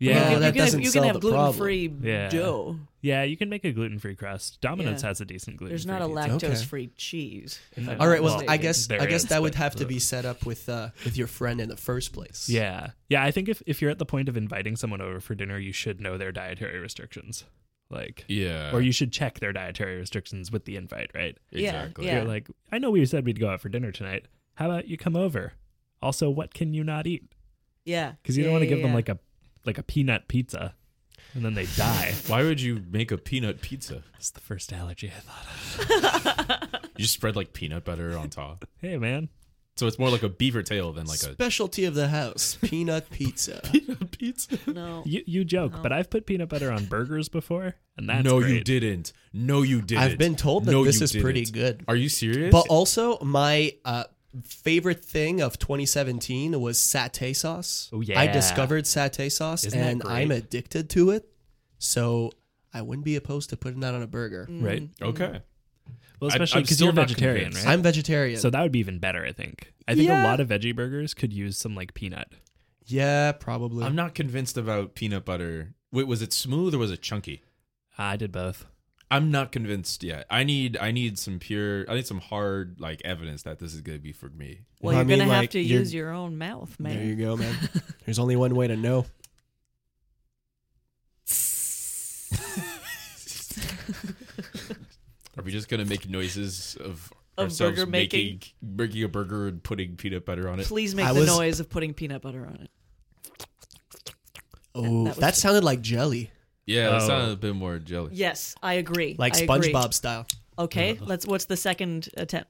[SPEAKER 4] You
[SPEAKER 3] yeah,
[SPEAKER 4] can,
[SPEAKER 6] Well, that
[SPEAKER 4] you can have,
[SPEAKER 6] doesn't
[SPEAKER 4] you can
[SPEAKER 6] solve
[SPEAKER 4] have
[SPEAKER 6] the problem.
[SPEAKER 4] gluten-free
[SPEAKER 3] Yeah.
[SPEAKER 4] dough.
[SPEAKER 3] yeah. You can make a gluten free crust. Domino's
[SPEAKER 4] Yeah.
[SPEAKER 3] has a decent gluten.
[SPEAKER 4] There's not a
[SPEAKER 6] pizza. Okay.
[SPEAKER 4] lactose-free cheese. if I'm
[SPEAKER 6] All right.
[SPEAKER 4] not
[SPEAKER 6] Well, I
[SPEAKER 4] mistaken.
[SPEAKER 6] guess
[SPEAKER 3] There
[SPEAKER 6] I guess
[SPEAKER 3] is,
[SPEAKER 6] that would
[SPEAKER 3] but-
[SPEAKER 6] have to be set up with uh, with your friend in the first place.
[SPEAKER 3] Yeah, yeah. I think if if you're at the point of inviting someone over for dinner, you should know their dietary restrictions. like
[SPEAKER 5] Yeah.
[SPEAKER 3] or you should check their dietary restrictions with the invite, right?
[SPEAKER 5] Exactly.
[SPEAKER 4] Yeah.
[SPEAKER 3] You're like, I know we said we'd go out for dinner tonight. How about you come over? Also, what can you not eat?
[SPEAKER 4] Yeah.
[SPEAKER 3] Because you don't
[SPEAKER 4] Yeah,
[SPEAKER 3] want to
[SPEAKER 4] yeah,
[SPEAKER 3] give them
[SPEAKER 4] yeah.
[SPEAKER 3] like a like a peanut pizza, and then they die.
[SPEAKER 5] Why would you make a peanut pizza?
[SPEAKER 3] That's the first allergy I thought of.
[SPEAKER 5] You just spread like peanut butter on top.
[SPEAKER 3] Hey, man,
[SPEAKER 5] So it's more like a beaver tail than like a
[SPEAKER 6] Specialty of the house, peanut pizza.
[SPEAKER 5] pizza.
[SPEAKER 4] No.
[SPEAKER 3] you you joke, but I've put peanut butter on burgers before, and that's
[SPEAKER 5] no, you
[SPEAKER 3] great.
[SPEAKER 5] didn't. No, you didn't.
[SPEAKER 6] I've been told that
[SPEAKER 5] No,
[SPEAKER 6] this
[SPEAKER 5] you
[SPEAKER 6] is pretty
[SPEAKER 5] didn't.
[SPEAKER 6] good.
[SPEAKER 5] Are you serious?
[SPEAKER 6] But also, my uh, favorite thing of 2017 was satay sauce.
[SPEAKER 3] Oh,
[SPEAKER 6] I
[SPEAKER 3] yeah.
[SPEAKER 6] discovered satay sauce,
[SPEAKER 3] Isn't that
[SPEAKER 6] and I'm
[SPEAKER 3] great?
[SPEAKER 6] addicted to it. So I wouldn't be opposed to putting that on a burger.
[SPEAKER 4] Mm.
[SPEAKER 3] right?
[SPEAKER 5] okay.
[SPEAKER 3] Well,
[SPEAKER 5] Mm. I'm-
[SPEAKER 3] especially
[SPEAKER 5] I'm
[SPEAKER 3] because
[SPEAKER 5] still
[SPEAKER 3] you're
[SPEAKER 5] not
[SPEAKER 3] vegetarian,
[SPEAKER 5] convinced.
[SPEAKER 3] right?
[SPEAKER 6] I'm vegetarian.
[SPEAKER 3] so that would be even better, I think. I think a
[SPEAKER 6] Yeah.
[SPEAKER 3] lot of veggie burgers could use some like peanut.
[SPEAKER 6] yeah, probably.
[SPEAKER 5] I'm not convinced about peanut butter. Wait, was it smooth or was it chunky?
[SPEAKER 3] Ah, I did both.
[SPEAKER 5] I'm not convinced yet. I need I need some pure I need some hard like evidence that this is gonna be for me.
[SPEAKER 4] Well,
[SPEAKER 6] I
[SPEAKER 4] you're
[SPEAKER 6] mean,
[SPEAKER 4] gonna have
[SPEAKER 6] like,
[SPEAKER 4] to
[SPEAKER 6] you're-
[SPEAKER 4] use your own mouth, man.
[SPEAKER 6] There you go, man. There's only one way to know.
[SPEAKER 5] Are we just gonna make noises of,
[SPEAKER 4] Of
[SPEAKER 5] ourselves
[SPEAKER 4] burger making?
[SPEAKER 5] making making a burger and putting peanut butter on it?
[SPEAKER 4] Please make
[SPEAKER 6] I
[SPEAKER 4] the
[SPEAKER 6] was-
[SPEAKER 4] noise of putting peanut butter on it.
[SPEAKER 6] Oh,
[SPEAKER 4] that
[SPEAKER 6] that,
[SPEAKER 4] was-
[SPEAKER 6] sounded like jelly,
[SPEAKER 5] Yeah, that
[SPEAKER 3] Oh.
[SPEAKER 5] sounded a bit more jelly.
[SPEAKER 4] Yes, I agree.
[SPEAKER 6] like
[SPEAKER 4] I agree.
[SPEAKER 6] SpongeBob style.
[SPEAKER 4] Okay, let's. What's the second attempt?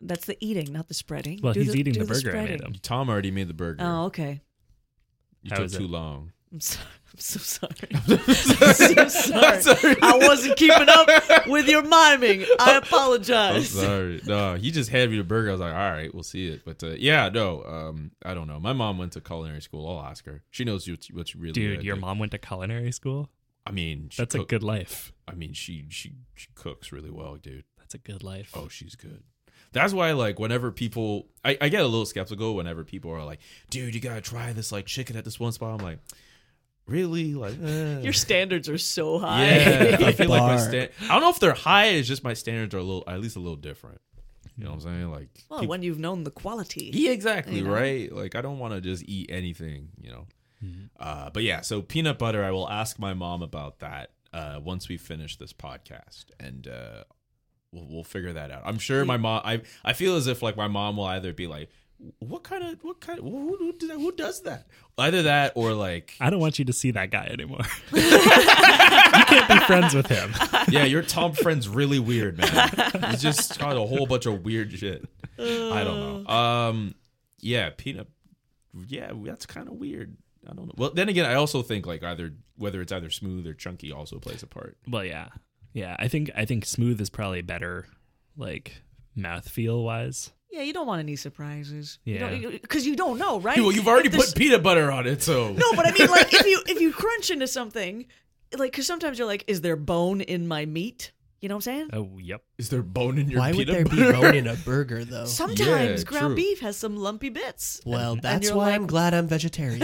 [SPEAKER 4] That's the eating, not the spreading.
[SPEAKER 3] Well,
[SPEAKER 4] Do
[SPEAKER 3] he's
[SPEAKER 4] the-
[SPEAKER 3] eating
[SPEAKER 4] do
[SPEAKER 3] the burger I
[SPEAKER 4] spreading.
[SPEAKER 3] made him.
[SPEAKER 5] Tom already made the burger.
[SPEAKER 4] Oh, okay.
[SPEAKER 5] you
[SPEAKER 3] How
[SPEAKER 5] took
[SPEAKER 3] is it?
[SPEAKER 5] too long.
[SPEAKER 4] I'm so, I'm so sorry. I'm so sorry. I wasn't keeping up with your miming. I
[SPEAKER 5] I'm
[SPEAKER 4] apologize.
[SPEAKER 5] sorry. No, he just handed me the burger. I was like, all right, we'll see it. But uh, yeah, no, um, I don't know. My mom went to culinary school. I'll ask her. She knows what's, what's really
[SPEAKER 3] Dude,
[SPEAKER 5] good.
[SPEAKER 3] your mom went to culinary school.
[SPEAKER 5] I mean, she
[SPEAKER 3] That's a
[SPEAKER 5] cook-
[SPEAKER 3] good life.
[SPEAKER 5] I mean, she, she she cooks really well, dude.
[SPEAKER 3] That's a good life.
[SPEAKER 5] Oh, she's good. That's why, like, whenever people, I, I get a little skeptical whenever people are like, dude, you gotta try this like chicken at this one spot. I'm like, really? Like, eh.
[SPEAKER 4] Your standards are so high.
[SPEAKER 5] yeah. I feel like my
[SPEAKER 6] Bar.
[SPEAKER 5] stand. I don't know if they're high. It's just my standards are a little, at least a little different. You know what I'm saying? Like,
[SPEAKER 4] Well, when you've known the quality.
[SPEAKER 5] Yeah, exactly, right? Like I don't want to just eat anything, you know. Uh, but yeah, so peanut butter, I will ask my mom about that uh, once we finish this podcast, and uh, we'll we'll figure that out. I'm sure my mom. I I feel as if like my mom will either be like, "What kind of what kind? Of, who, who, do that- who does that?" Either that or like,
[SPEAKER 3] I don't want you to see that guy anymore. you can't be friends with him.
[SPEAKER 5] "Yeah, your Tom friend's really weird, man. He's just got a whole bunch of weird shit." I don't know. Um, yeah, peanut. Yeah, that's kind of weird. I don't know. Well, then again, I also think like either whether it's either smooth or chunky also plays a part.
[SPEAKER 3] Well, yeah, yeah. I think I think smooth is probably better, like mouth feel wise.
[SPEAKER 4] Yeah, you don't want any surprises.
[SPEAKER 3] Yeah.
[SPEAKER 4] Because you, don't know, right?
[SPEAKER 5] Well, you've already
[SPEAKER 4] If this-
[SPEAKER 5] put peanut butter on it, so
[SPEAKER 4] No, but I mean, like, if you if you crunch into something, like, because sometimes you're like, is there bone in my meat? You know what I'm saying?
[SPEAKER 3] Oh, yep.
[SPEAKER 5] is there bone in your
[SPEAKER 6] Why would
[SPEAKER 5] peanut
[SPEAKER 6] there
[SPEAKER 5] butter?
[SPEAKER 6] be bone in a burger, though?
[SPEAKER 4] Sometimes
[SPEAKER 5] Yeah,
[SPEAKER 4] ground
[SPEAKER 5] true.
[SPEAKER 4] beef has some lumpy bits.
[SPEAKER 6] Well, that's
[SPEAKER 4] you're
[SPEAKER 6] why
[SPEAKER 4] like-
[SPEAKER 6] I'm glad I'm vegetarian.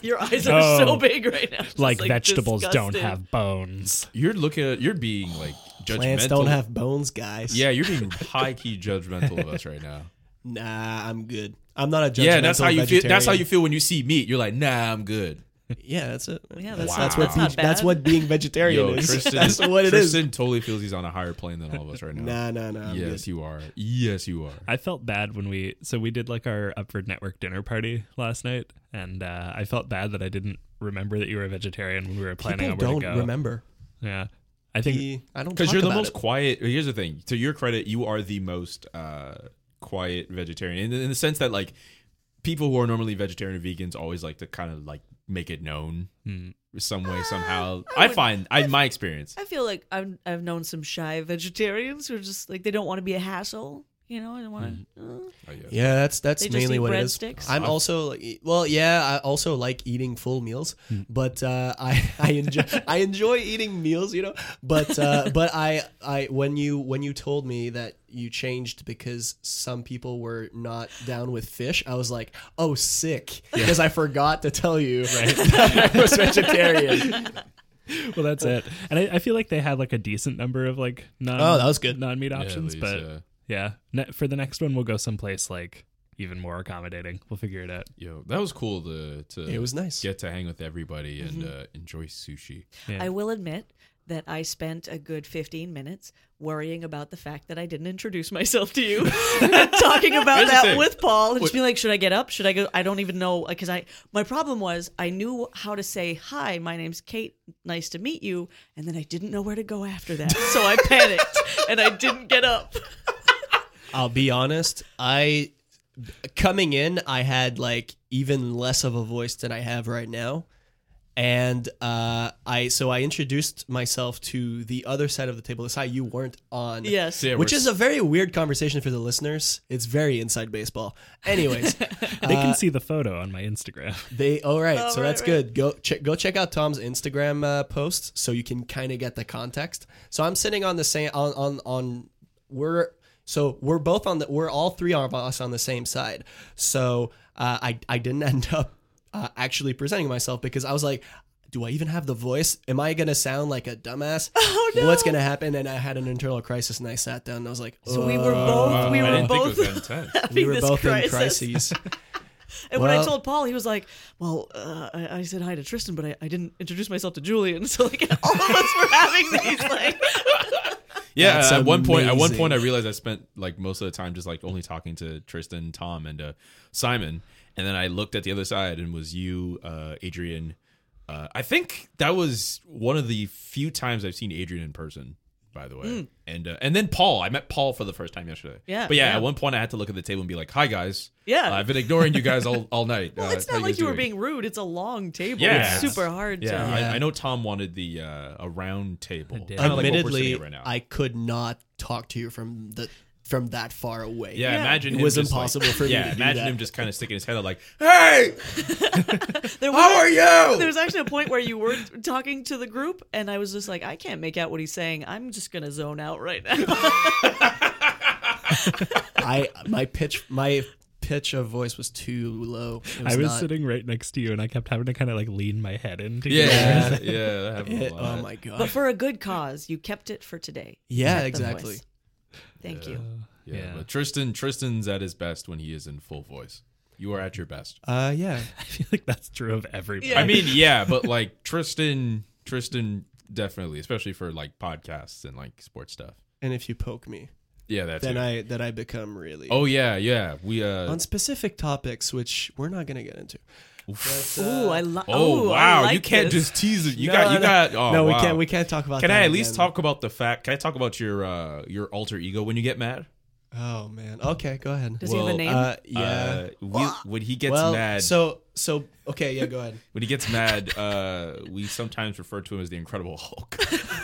[SPEAKER 4] Your eyes are so
[SPEAKER 3] Oh.
[SPEAKER 4] big right now. Just,
[SPEAKER 3] Like, vegetables don't
[SPEAKER 4] disgusted.
[SPEAKER 3] have bones.
[SPEAKER 5] You're looking. At, you're being like judgmental.
[SPEAKER 6] Plants don't have bones, guys.
[SPEAKER 5] Yeah, you're being high key judgmental of us right now.
[SPEAKER 6] Nah, I'm good. I'm not a judgmental
[SPEAKER 5] Yeah, that's how you feel. That's how you
[SPEAKER 6] vegetarian.
[SPEAKER 5] feel when you see meat. You're like, nah, I'm good.
[SPEAKER 6] Yeah, that's it.
[SPEAKER 4] Yeah, that's,
[SPEAKER 5] Wow.
[SPEAKER 6] That's
[SPEAKER 4] that's,
[SPEAKER 6] what
[SPEAKER 4] that's not
[SPEAKER 6] be-
[SPEAKER 4] bad.
[SPEAKER 6] that's what being vegetarian
[SPEAKER 5] Yo,
[SPEAKER 6] is.
[SPEAKER 5] Tristan,
[SPEAKER 6] that's
[SPEAKER 5] is-
[SPEAKER 6] what it is.
[SPEAKER 5] Tristan totally feels he's on a higher plane than all of us right now.
[SPEAKER 6] Nah, nah, nah. I'm
[SPEAKER 5] yes, you are. Yes, you are.
[SPEAKER 3] I felt bad when we so we did like our Upward Network dinner party last night, and uh, I felt bad that I didn't remember that you were a vegetarian when we were
[SPEAKER 6] good.
[SPEAKER 3] planning
[SPEAKER 6] People
[SPEAKER 3] on where
[SPEAKER 6] don't
[SPEAKER 3] to go.
[SPEAKER 6] remember.
[SPEAKER 3] Yeah, I think
[SPEAKER 6] The- I don't
[SPEAKER 5] because
[SPEAKER 6] because
[SPEAKER 5] you're the most quiet. Here's the thing: to your credit, you are the most uh, quiet vegetarian in, in the sense that like people who are normally vegetarian or vegans always like to kind of like make it known some way somehow. I, find I my experience.
[SPEAKER 4] I feel like I've I've known some shy vegetarians who are just like they don't want to be a hassle, you know. They uh. don't want to.
[SPEAKER 5] Mm-hmm. Oh,
[SPEAKER 6] Yeah, that's that's
[SPEAKER 4] They just
[SPEAKER 6] mainly
[SPEAKER 4] eat
[SPEAKER 6] what it is.
[SPEAKER 4] breadsticks?
[SPEAKER 6] I'm also like, well, yeah, I also like eating full meals, but uh, I I enjoy I enjoy eating meals, you know. But uh, but I I when you when you told me that you changed because some people were not down with fish, I was like, oh, sick, because I forgot to tell you that I was vegetarian.
[SPEAKER 3] well that's it. And I, I feel like they had like a decent number of like non
[SPEAKER 6] Oh, that was good.
[SPEAKER 3] non meat options,
[SPEAKER 5] least,
[SPEAKER 3] but
[SPEAKER 5] yeah.
[SPEAKER 3] yeah, ne- for the next one we'll go someplace like even more accommodating. We'll figure it out.
[SPEAKER 5] Yo, that was cool to to
[SPEAKER 6] It was nice.
[SPEAKER 5] get to hang with everybody and uh, enjoy sushi.
[SPEAKER 3] Yeah.
[SPEAKER 4] I will admit that I spent a good 15 minutes worrying about the fact that I didn't introduce myself to you, talking about
[SPEAKER 5] Here's the
[SPEAKER 4] that
[SPEAKER 5] thing.
[SPEAKER 4] with Paul, and just being like, should I get up? Should I go? I don't even know because I my problem was I knew how to say hi. My name's Kate. Nice to meet you, and then I didn't know where to go after that, so I panicked and I didn't get up.
[SPEAKER 6] I'll be honest. I coming in, I had like even less of a voice than I have right now, and uh, I so I introduced myself to the other side of the table. The side you weren't on.
[SPEAKER 4] Yes.
[SPEAKER 5] Yeah,
[SPEAKER 6] Which
[SPEAKER 5] we're-
[SPEAKER 6] is a very weird conversation for the listeners. It's very inside baseball. Anyways,
[SPEAKER 3] They
[SPEAKER 6] Uh,
[SPEAKER 3] can see the photo on my Instagram.
[SPEAKER 6] They all right,
[SPEAKER 4] Oh,
[SPEAKER 6] so
[SPEAKER 4] right,
[SPEAKER 6] that's
[SPEAKER 4] right.
[SPEAKER 6] good. Go check go check out Tom's Instagram uh, posts so you can kind of get the context. So I'm sitting on the same on on on we're so we're both on the we're all three of us on the same side. So uh, I I didn't end up uh, actually presenting myself because I was like. Do I even have the voice? Am I gonna sound like a dumbass? Oh, no. What's gonna happen? And I had an internal crisis, and I sat down and I was like,
[SPEAKER 4] So we
[SPEAKER 6] "Ugh."
[SPEAKER 4] were both we
[SPEAKER 5] Uh, I
[SPEAKER 4] were
[SPEAKER 5] didn't think it
[SPEAKER 4] both
[SPEAKER 5] was that intense.
[SPEAKER 4] having
[SPEAKER 6] we were
[SPEAKER 4] this
[SPEAKER 6] both
[SPEAKER 4] crisis.
[SPEAKER 6] in crises.
[SPEAKER 4] And when I
[SPEAKER 6] Well-
[SPEAKER 4] told Paul, he was like, "Well, uh, I, I said hi to Tristan, but I, I didn't introduce myself to Julian." So like all of us were having these like
[SPEAKER 5] Yeah,
[SPEAKER 6] That's
[SPEAKER 5] at one point, at one
[SPEAKER 6] amazing.
[SPEAKER 5] point, I realized I spent like most of the time just like only talking to Tristan, Tom, and uh, Simon, and then I looked at the other side and was you, uh, Adrian. Uh, I think that was one of the few times I've seen Adrian in person, by the way, and uh, and then Paul. I met Paul for the first time yesterday.
[SPEAKER 4] Hmm. Yeah,
[SPEAKER 5] but yeah,
[SPEAKER 4] yeah.
[SPEAKER 5] at one point I had to look at the table and be like, "Hi guys,
[SPEAKER 4] Yeah.
[SPEAKER 5] uh, I've been ignoring you guys all all night."
[SPEAKER 4] Well,
[SPEAKER 5] Uh,
[SPEAKER 4] it's
[SPEAKER 5] how
[SPEAKER 4] not like
[SPEAKER 5] guys
[SPEAKER 4] you were
[SPEAKER 5] doing?"
[SPEAKER 4] being rude. It's a long table.
[SPEAKER 5] Yeah.
[SPEAKER 4] It's super hard
[SPEAKER 5] Yeah,
[SPEAKER 4] to.
[SPEAKER 5] I, I know Tom wanted the uh, a round table.
[SPEAKER 3] did.
[SPEAKER 5] Kinda like what we're sitting
[SPEAKER 6] Admittedly,
[SPEAKER 5] at right now.
[SPEAKER 6] I could not talk to you from the from that far away.
[SPEAKER 5] Yeah, imagine
[SPEAKER 6] It
[SPEAKER 5] him
[SPEAKER 6] was
[SPEAKER 5] just, like-
[SPEAKER 6] impossible for me
[SPEAKER 5] Yeah,
[SPEAKER 6] to do
[SPEAKER 5] imagine
[SPEAKER 6] that.
[SPEAKER 5] him just kind of sticking his head out like, "Hey,
[SPEAKER 4] There
[SPEAKER 5] how are
[SPEAKER 4] was- There
[SPEAKER 5] you?"
[SPEAKER 4] was actually a point where you were talking to the group, and I was just like, I can't make out what he's saying. I'm just gonna zone out right now.
[SPEAKER 6] I my pitch my pitch of voice was too low. It
[SPEAKER 3] I was
[SPEAKER 6] not-
[SPEAKER 3] sitting right next to you, and I kept having to kind of like lean my head in. To get it.
[SPEAKER 5] Yeah, yeah. That happened
[SPEAKER 6] it-
[SPEAKER 5] a lot.
[SPEAKER 6] oh my
[SPEAKER 4] but
[SPEAKER 6] god.
[SPEAKER 4] for a good cause, you kept it for today.
[SPEAKER 6] Yeah,
[SPEAKER 4] Kept the
[SPEAKER 6] exactly.
[SPEAKER 4] voice. Thank you.
[SPEAKER 5] Yeah,
[SPEAKER 6] um,
[SPEAKER 3] Yeah.
[SPEAKER 5] but Tristan, Tristan's at his best when he is in full voice. You are at your best.
[SPEAKER 6] Uh, yeah.
[SPEAKER 3] I feel like that's true of everybody.
[SPEAKER 4] Yeah.
[SPEAKER 5] I mean, yeah, but like Tristan, Tristan definitely, especially for like podcasts and like sports stuff.
[SPEAKER 6] And if you poke me,
[SPEAKER 5] Yeah, that's
[SPEAKER 6] then
[SPEAKER 5] it.
[SPEAKER 6] I then I become really
[SPEAKER 5] Oh yeah, yeah. We uh
[SPEAKER 6] on specific topics, which we're not gonna get into. But, uh,
[SPEAKER 4] Ooh, I love.
[SPEAKER 5] Oh wow,
[SPEAKER 4] I like
[SPEAKER 5] you can't
[SPEAKER 4] this.
[SPEAKER 5] just tease it. You
[SPEAKER 6] No,
[SPEAKER 5] got you
[SPEAKER 6] no.
[SPEAKER 5] got oh
[SPEAKER 6] no, we
[SPEAKER 5] wow.
[SPEAKER 6] can't. We can't talk about.
[SPEAKER 5] Can
[SPEAKER 6] that
[SPEAKER 5] I at least
[SPEAKER 6] again.
[SPEAKER 5] talk about the fact? Can I talk about your uh your alter ego when you get mad?
[SPEAKER 6] Oh man. Okay, go ahead.
[SPEAKER 4] Does he have a
[SPEAKER 5] Well,
[SPEAKER 4] name?
[SPEAKER 6] Uh, yeah.
[SPEAKER 5] Uh, we, when he gets
[SPEAKER 6] well,
[SPEAKER 5] mad,
[SPEAKER 6] so so okay. Yeah, go ahead.
[SPEAKER 5] when he gets mad, uh, we sometimes refer to him as the Incredible Hulk,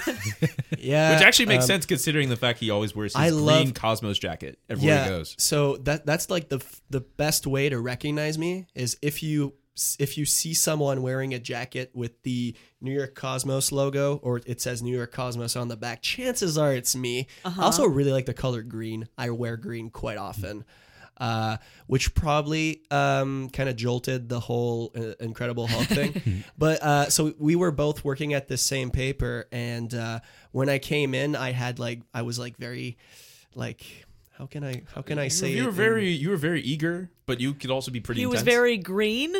[SPEAKER 5] which
[SPEAKER 6] Yeah,
[SPEAKER 5] actually makes
[SPEAKER 6] um,
[SPEAKER 5] sense considering the fact he always wears his
[SPEAKER 6] I
[SPEAKER 5] green
[SPEAKER 6] love-
[SPEAKER 5] Cosmos jacket everywhere he goes.
[SPEAKER 6] So that that's like the f- the best way to recognize me is if you if you see someone wearing a jacket with the New York Cosmos logo or it says New York Cosmos on the back, chances are it's me. I also really like the color green. I wear green quite often. Uh, which probably um, kind of jolted the whole uh, Incredible Hulk thing. but uh, so we were both working at the same paper, and uh, when I came in, I had like I was like very like how can I how can I
[SPEAKER 5] You,
[SPEAKER 6] say
[SPEAKER 5] you
[SPEAKER 6] it
[SPEAKER 5] were
[SPEAKER 6] in-
[SPEAKER 5] very you were very eager, but you could also be pretty.
[SPEAKER 4] he was
[SPEAKER 5] intense.
[SPEAKER 4] very green.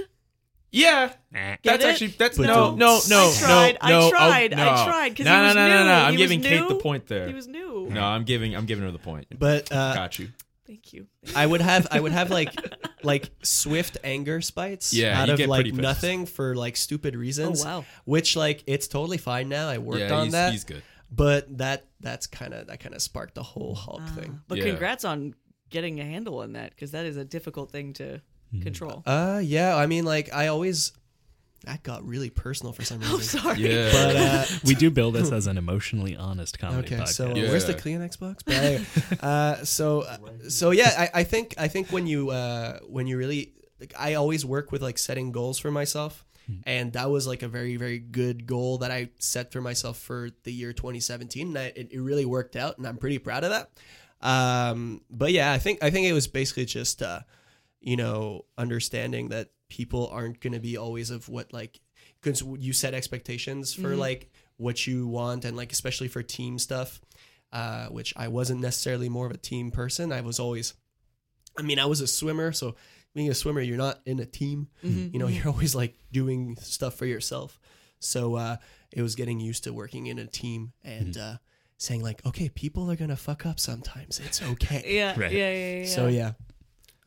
[SPEAKER 5] yeah. that's
[SPEAKER 4] it?
[SPEAKER 5] actually that's
[SPEAKER 6] But
[SPEAKER 5] no
[SPEAKER 6] don't-
[SPEAKER 5] no no
[SPEAKER 4] I tried, I
[SPEAKER 5] no no oh,
[SPEAKER 4] tried, I
[SPEAKER 5] no.
[SPEAKER 4] tried, 'cause
[SPEAKER 5] no
[SPEAKER 4] he
[SPEAKER 5] no
[SPEAKER 4] was
[SPEAKER 5] no no
[SPEAKER 4] new,
[SPEAKER 5] no I'm
[SPEAKER 4] he was
[SPEAKER 5] giving Kate the
[SPEAKER 4] new,
[SPEAKER 5] point there.
[SPEAKER 4] He was new.
[SPEAKER 5] no, I'm giving I'm giving her the point.
[SPEAKER 6] but uh,
[SPEAKER 5] Got you.
[SPEAKER 4] Thank you.
[SPEAKER 6] I would have I would have like like swift anger spites
[SPEAKER 5] Yeah,
[SPEAKER 6] out
[SPEAKER 5] you
[SPEAKER 6] of
[SPEAKER 5] get
[SPEAKER 6] like
[SPEAKER 5] pretty pissed.
[SPEAKER 6] nothing for like stupid reasons.
[SPEAKER 4] Oh, wow.
[SPEAKER 6] Which like it's totally fine now. I worked
[SPEAKER 5] Yeah,
[SPEAKER 6] on
[SPEAKER 5] he's,
[SPEAKER 6] that.
[SPEAKER 5] he's good.
[SPEAKER 6] But that that's kind of that kind of sparked the whole Hulk thing.
[SPEAKER 4] But
[SPEAKER 5] Yeah.
[SPEAKER 4] congrats on getting a handle on that because that is a difficult thing to
[SPEAKER 5] Mm-hmm.
[SPEAKER 4] control.
[SPEAKER 6] Uh yeah, I mean like I always that got really personal for some reason.
[SPEAKER 4] I'm sorry.
[SPEAKER 5] Yeah.
[SPEAKER 6] But uh
[SPEAKER 3] We do bill this as an emotionally honest comedy
[SPEAKER 6] Okay,
[SPEAKER 3] podcast.
[SPEAKER 6] so uh,
[SPEAKER 5] Yeah.
[SPEAKER 6] where's the Kleenex box? But anyway, uh, so uh, so yeah, I, I think I think when you uh, when you really, like, I always work with like setting goals for myself, and that was like a very very good goal that I set for myself for the year 2017, and I, it, it really worked out, and I'm pretty proud of that. Um, but yeah, I think I think it was basically just uh, you know understanding that people aren't going to be always of what like because you set expectations for like what you want and like especially for team stuff uh, which i wasn't necessarily more of a team person i was always i mean i was a swimmer so being a swimmer you're not in a team you know you're always like doing stuff for yourself So uh, it was getting used to working in a team and uh, saying like, okay, people are gonna fuck up sometimes. It's okay.
[SPEAKER 4] Yeah,
[SPEAKER 3] Right.
[SPEAKER 4] yeah, yeah, yeah.
[SPEAKER 6] So yeah,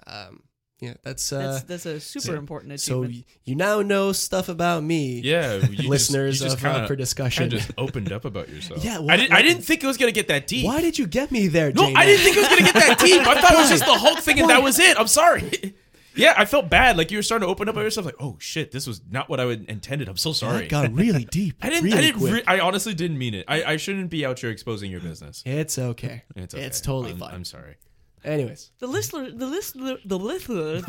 [SPEAKER 6] um, yeah, that's uh,
[SPEAKER 4] that's that's a super important
[SPEAKER 6] so
[SPEAKER 4] achievement.
[SPEAKER 6] y- you now know stuff about me.
[SPEAKER 5] Yeah, you just-
[SPEAKER 6] listeners
[SPEAKER 5] you just
[SPEAKER 6] of
[SPEAKER 5] kinda-
[SPEAKER 6] Up for Discussion.
[SPEAKER 5] kinda just opened up about yourself.
[SPEAKER 6] Yeah, well,
[SPEAKER 5] I didn't. I
[SPEAKER 6] like-
[SPEAKER 5] didn't think it was gonna get that deep.
[SPEAKER 6] Why did you get me there,
[SPEAKER 5] No,
[SPEAKER 6] Jane?
[SPEAKER 5] I didn't think it was gonna get that deep. I thought it was just the Hulk thing, and that was it. I'm sorry. Yeah, I felt bad. Like you were starting to open up about yourself. Like, oh shit, this was not what I would intended. I'm so sorry.
[SPEAKER 6] That got really deep.
[SPEAKER 5] I didn't.
[SPEAKER 6] Really
[SPEAKER 5] I didn't.
[SPEAKER 6] quick.
[SPEAKER 5] Re- I honestly didn't mean it. I, I shouldn't be out here exposing your business.
[SPEAKER 6] it's okay.
[SPEAKER 5] It's, okay.
[SPEAKER 6] totally
[SPEAKER 5] I'm,
[SPEAKER 6] fine.
[SPEAKER 5] I'm sorry.
[SPEAKER 6] Anyways,
[SPEAKER 4] the listener, the listener, the listener,
[SPEAKER 3] Liflord.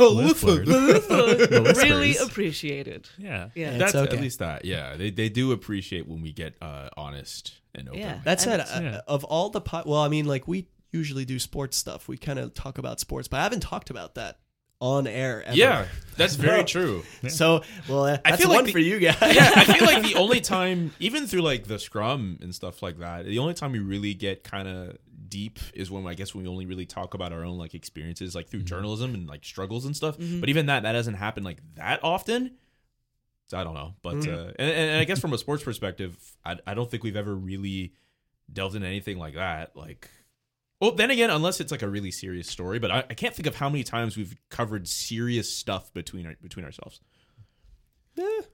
[SPEAKER 4] the listener really
[SPEAKER 3] listeners.
[SPEAKER 4] appreciate it.
[SPEAKER 3] Yeah.
[SPEAKER 4] Yeah,
[SPEAKER 6] It's
[SPEAKER 5] That's
[SPEAKER 6] okay.
[SPEAKER 5] at least that. Yeah, they, they do appreciate when we get uh, honest and open.
[SPEAKER 4] Yeah.
[SPEAKER 6] that said,
[SPEAKER 4] And-
[SPEAKER 6] uh,
[SPEAKER 3] Yeah.
[SPEAKER 6] of all the po- well, I mean, like we usually do sports stuff. We kind of talk about sports, but I haven't talked about that on air. Ever.
[SPEAKER 5] Yeah, that's very
[SPEAKER 6] Well,
[SPEAKER 5] true.
[SPEAKER 6] So, well, uh, that's
[SPEAKER 5] feel like
[SPEAKER 6] one
[SPEAKER 5] the-
[SPEAKER 6] for you guys.
[SPEAKER 5] yeah, I feel like the only time, even through like the scrum and stuff like that, the only time we really get kind of deep is when I guess we only really talk about our own like experiences, like through journalism and like struggles and stuff. But even that, that doesn't happen like that often. So I don't know, but uh, and, and and I guess from a sports perspective, I, I don't think we've ever really delved into anything like that. Like, well, then again, unless it's like a really serious story, but I, I can't think of how many times we've covered serious stuff between our, between ourselves.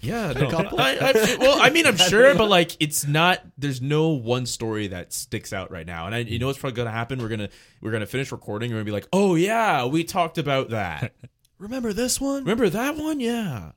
[SPEAKER 5] Yeah, no.
[SPEAKER 6] Eh. couple.
[SPEAKER 5] I, I, well, I mean, I'm sure, but like, it's not. There's no one story that sticks out right now, and I, you know what's probably gonna happen. We're gonna we're gonna finish recording. and We're gonna be like, oh yeah, we talked about that.
[SPEAKER 6] Remember this one?
[SPEAKER 5] Remember that one? Yeah.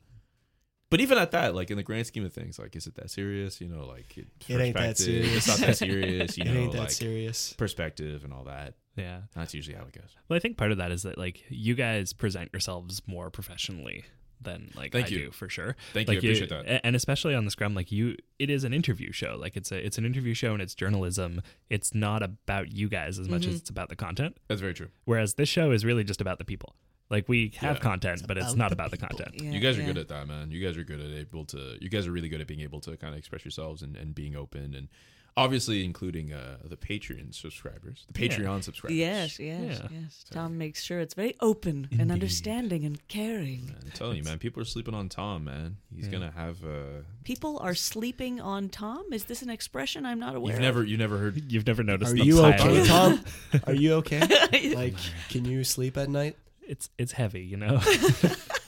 [SPEAKER 5] But even at that, like in the grand scheme of things, like, is it that serious? You know, like it,
[SPEAKER 6] It ain't that
[SPEAKER 5] perspective, It's not that serious. You
[SPEAKER 6] it
[SPEAKER 5] know,
[SPEAKER 6] ain't that
[SPEAKER 5] like
[SPEAKER 6] serious.
[SPEAKER 5] perspective and all that.
[SPEAKER 3] Yeah.
[SPEAKER 5] That's usually how it goes.
[SPEAKER 3] Well, I think part of that is that like you guys present yourselves more professionally than like
[SPEAKER 5] Thank
[SPEAKER 3] I
[SPEAKER 5] you.
[SPEAKER 3] do for sure.
[SPEAKER 5] Thank you.
[SPEAKER 3] like
[SPEAKER 5] I appreciate that.
[SPEAKER 3] a- And especially on the Scrum, like you, it is an interview show. Like it's a it's an interview show and it's journalism. It's not about you guys as
[SPEAKER 6] Mm-hmm.
[SPEAKER 3] much as it's about the content.
[SPEAKER 5] That's very true.
[SPEAKER 3] Whereas this show is really just about the people. Like we have
[SPEAKER 5] Yeah.
[SPEAKER 3] content, but it's
[SPEAKER 6] about
[SPEAKER 3] not
[SPEAKER 6] the
[SPEAKER 3] about
[SPEAKER 6] people.
[SPEAKER 3] the content.
[SPEAKER 4] Yeah,
[SPEAKER 5] you guys are
[SPEAKER 4] yeah.
[SPEAKER 5] good at that, man. You guys are good at able to. You guys are really good at being able to kind of express yourselves and, and being open and obviously including uh, the Patreon subscribers, the Patreon subscribers.
[SPEAKER 4] Yes, yes,
[SPEAKER 3] Yeah.
[SPEAKER 4] yes. Tom makes sure it's very open and understanding and caring.
[SPEAKER 5] Man, I'm telling you, man. People are sleeping on Tom, man. He's gonna have. Uh,
[SPEAKER 4] People are sleeping on Tom. Is this an expression I'm not aware
[SPEAKER 5] you've never, you never heard.
[SPEAKER 3] You've never noticed
[SPEAKER 6] Are
[SPEAKER 3] the
[SPEAKER 6] you okay,
[SPEAKER 3] pile-
[SPEAKER 6] Tom? Are you okay? Like, can you sleep at night?
[SPEAKER 3] it's it's heavy, you know.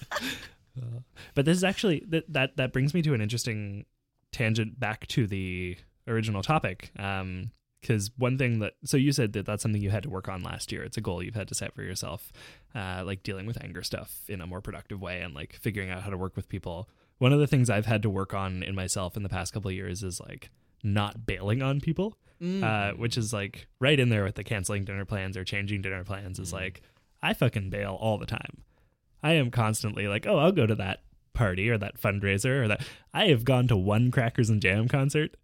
[SPEAKER 3] Uh, but this is actually that that that brings me to an interesting tangent back to the original topic. Um, because one thing that so you said that that's something you had to work on last year. It's a goal you've had to set for yourself, uh, like dealing with anger stuff in a more productive way and like figuring out how to work with people. One of the things I've had to work on in myself in the past couple of years is like not bailing on people, uh, which is like right in there with the canceling dinner plans or changing dinner plans. Is like I fucking bail all the time. I am constantly like, oh, I'll go to that party or that fundraiser or that. I have gone to one Crackers and Jam concert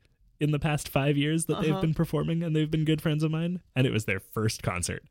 [SPEAKER 3] in the past five years that
[SPEAKER 4] Uh-huh.
[SPEAKER 3] they've been performing and they've been good friends of mine, and it was their first concert.